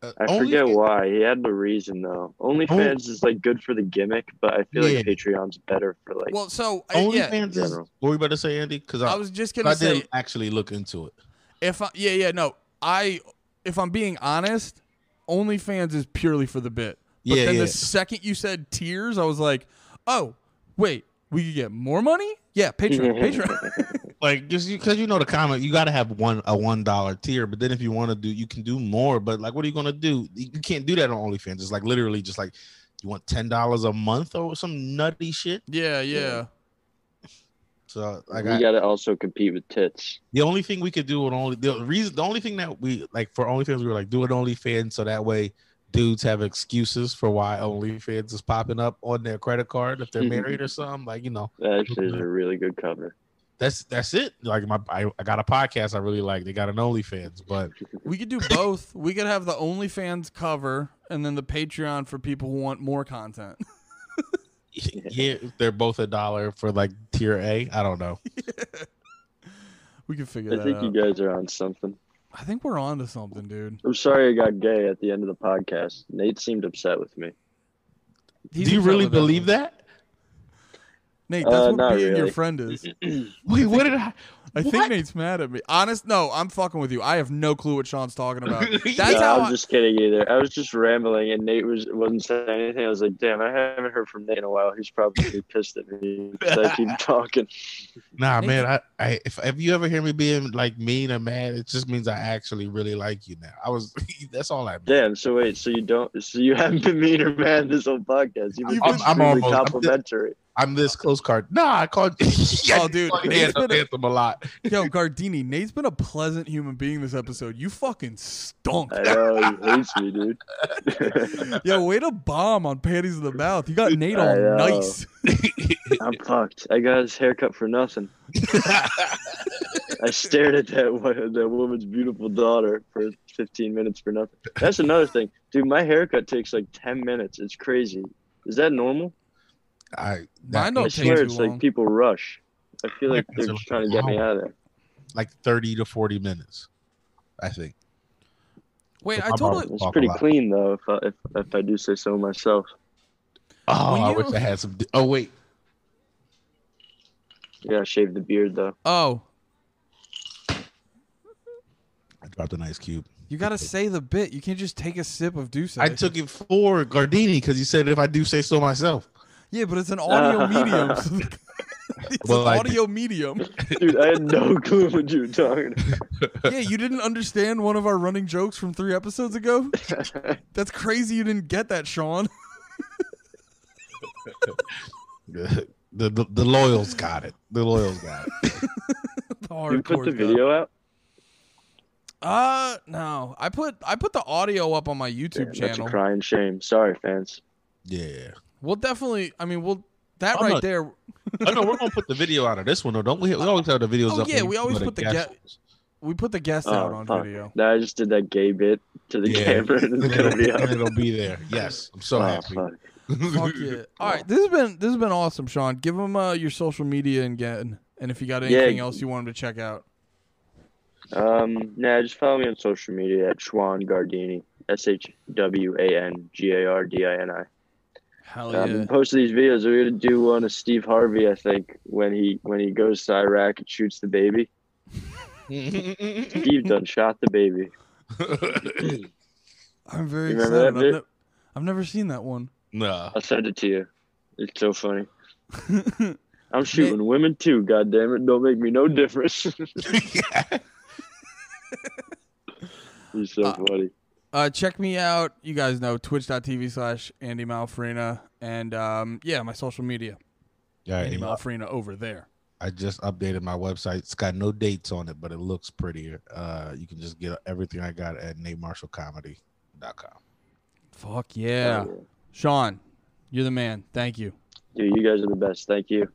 Uh,
I
only-
forget why. He had the reason though. OnlyFans is like good for the gimmick, but I feel
Yeah.
like Patreon's better for like.
well, so uh, yeah,
OnlyFans is uh,
General.
what were you about to say, Andy? Because I,
I was just
'cause
gonna
I
say
didn't actually look into it.
If I, yeah, yeah, no. I if I'm being honest, OnlyFans is purely for the bit. But
Yeah,
then
yeah.
the second you said tears, I was like, oh, wait, we could get more money? Yeah, Patreon, Patreon.
Like just because you know the comment, you got to have one a one dollar tier. But then if you want to do, you can do more. But like, what are you gonna do? You you can't do that on OnlyFans. It's like literally just like you want ten dollars a month or some nutty shit.
yeah, yeah.
So
you
like, I,
gotta also compete with tits.
the only thing we could do on only the reason the only thing that we like for OnlyFans we were like do an OnlyFans so that way dudes have excuses for why OnlyFans is popping up on their credit card if they're
Mhm.
married or something. Like you know.
That actually is a really good cover.
that's that's it. Like my, I, I got a podcast I really like. They got an OnlyFans, but
We could do both. we could have the OnlyFans cover and then the Patreon for people who want more content.
yeah, they're both a dollar for like tier A. I don't know.
We could figure
I
that
think
out.
you guys are on something.
I think we're on to something, dude.
I'm sorry I got gay at the end of the podcast. Nate seemed upset with me.
He's
Do you
upset
really
with us.
believe that?
Nate, that's
Uh,
what
not
being your
really.
friend is.
Wait, what did I?
I
What?
think Nate's mad at me. Honest, no, I'm fucking with you. I have no clue what Sean's talking about. That's
no,
how
I'm
I-
just kidding either. I was just rambling and Nate was wasn't saying anything. I was like, damn, I haven't heard from Nate in a while. He's probably pissed at me because I keep talking.
Nah,
Nate-
man. I, I if, if you ever hear me being like mean or mad, it just means I actually really like you now. I was. that's all I.
Damn, so wait, so you don't so you haven't been mean or mad this whole podcast. You've been
I'm- I'm
extremely
almost- I'm just-
complimentary.
I'm this close card. Nah, I called. Yeah,
Oh,
I
dude,
called
Nate's
anthem,
been a-
anthem a lot.
Yo, Gardini, Nate's been a pleasant human being this episode. You fucking stunk.
I know he hates me, dude.
Yo, way to bomb on panties in the mouth. You got Nate
I
all
know.
nice.
I'm fucked. I got his haircut for nothing. I stared at that wo- that woman's beautiful daughter for 15 minutes for nothing. That's another thing, dude. My haircut takes like 10 minutes. It's crazy. Is that normal?
I
Mine
I
don't take
swear,
too
it's
long.
like people rush. I feel like they're
Haircuts are
just trying to get me out of there.
like thirty to forty minutes. I think.
Wait, I
I'm
totally.
all-
It's
Walk a
pretty
lot.
clean though, if I, if, if I do say so myself.
Oh,
When
I
you-
wish I had some. di- Oh wait,
Yeah, I shaved the beard though.
Oh,
I dropped an ice cube.
you got to say the bit. You can't just take a sip of Douce.
I took it for Gardini because you said if I do say so myself.
yeah, but it's an audio medium. so- it's
Well, I
an
did.
audio medium.
Dude, I had no clue what you were talking.
Yeah, you didn't understand one of our running jokes from three episodes ago?
About.
That's crazy you didn't get that, Sean.
The, the, the, the loyals got it. The loyals got it.
The
You put
hardcore
the
guy.
video out?
Uh, no. I put I put the audio up on my YouTube
Damn, that's a
channel.
crying shame. Sorry, fans.
Yeah.
We'll definitely. I mean, we'll that
I'm
right
not-
there.
Oh no, we're gonna put the video out of this one though. Don't we? We always have the videos
Oh,
up.
yeah,
on
we
YouTube
always
of
put the
guest
ga-
hosts.
We put the guest out
Oh,
on
fuck.
video.
Now I just did that gay bit to the
Yeah.
camera and it's gonna
and,
be
it'll,
out.
and it'll be there. Yes, I'm so
Oh,
happy.
fuck.
Fuck yeah. All right, this has been this has been awesome, Sean. Give them uh, your social media again, and if you got
Yeah.
anything else you want 'em to check out.
Um, nah, just follow me on social media at Schwan Gardini. S H W A N G A R D I N I.
Hell
I've
Oh, yeah.
been posting these videos. We're gonna do one of Steve Harvey, I think, when he when he goes to Iraq and shoots the baby. Steve done shot the baby.
I'm very
You remember
excited. I've,
that
ne- I've never seen that one.
nah.
I'll send it to you. It's so funny. I'm shooting women too. God damn it! Don't make me no difference. He's so
Uh,
funny.
Uh, check me out. You guys know twitch.tv slash Andy Malfrina. And um, yeah, my social media,
Yeah,
Andy
and
Malfrina over there.
I just updated my website. It's got no dates on it, but it looks prettier. Uh, you can just get everything I got at natemarshallcomedy.com.
Oh,
Fuck yeah. Sean, you're the man. Thank you.
Dude, you guys are the best. Thank you.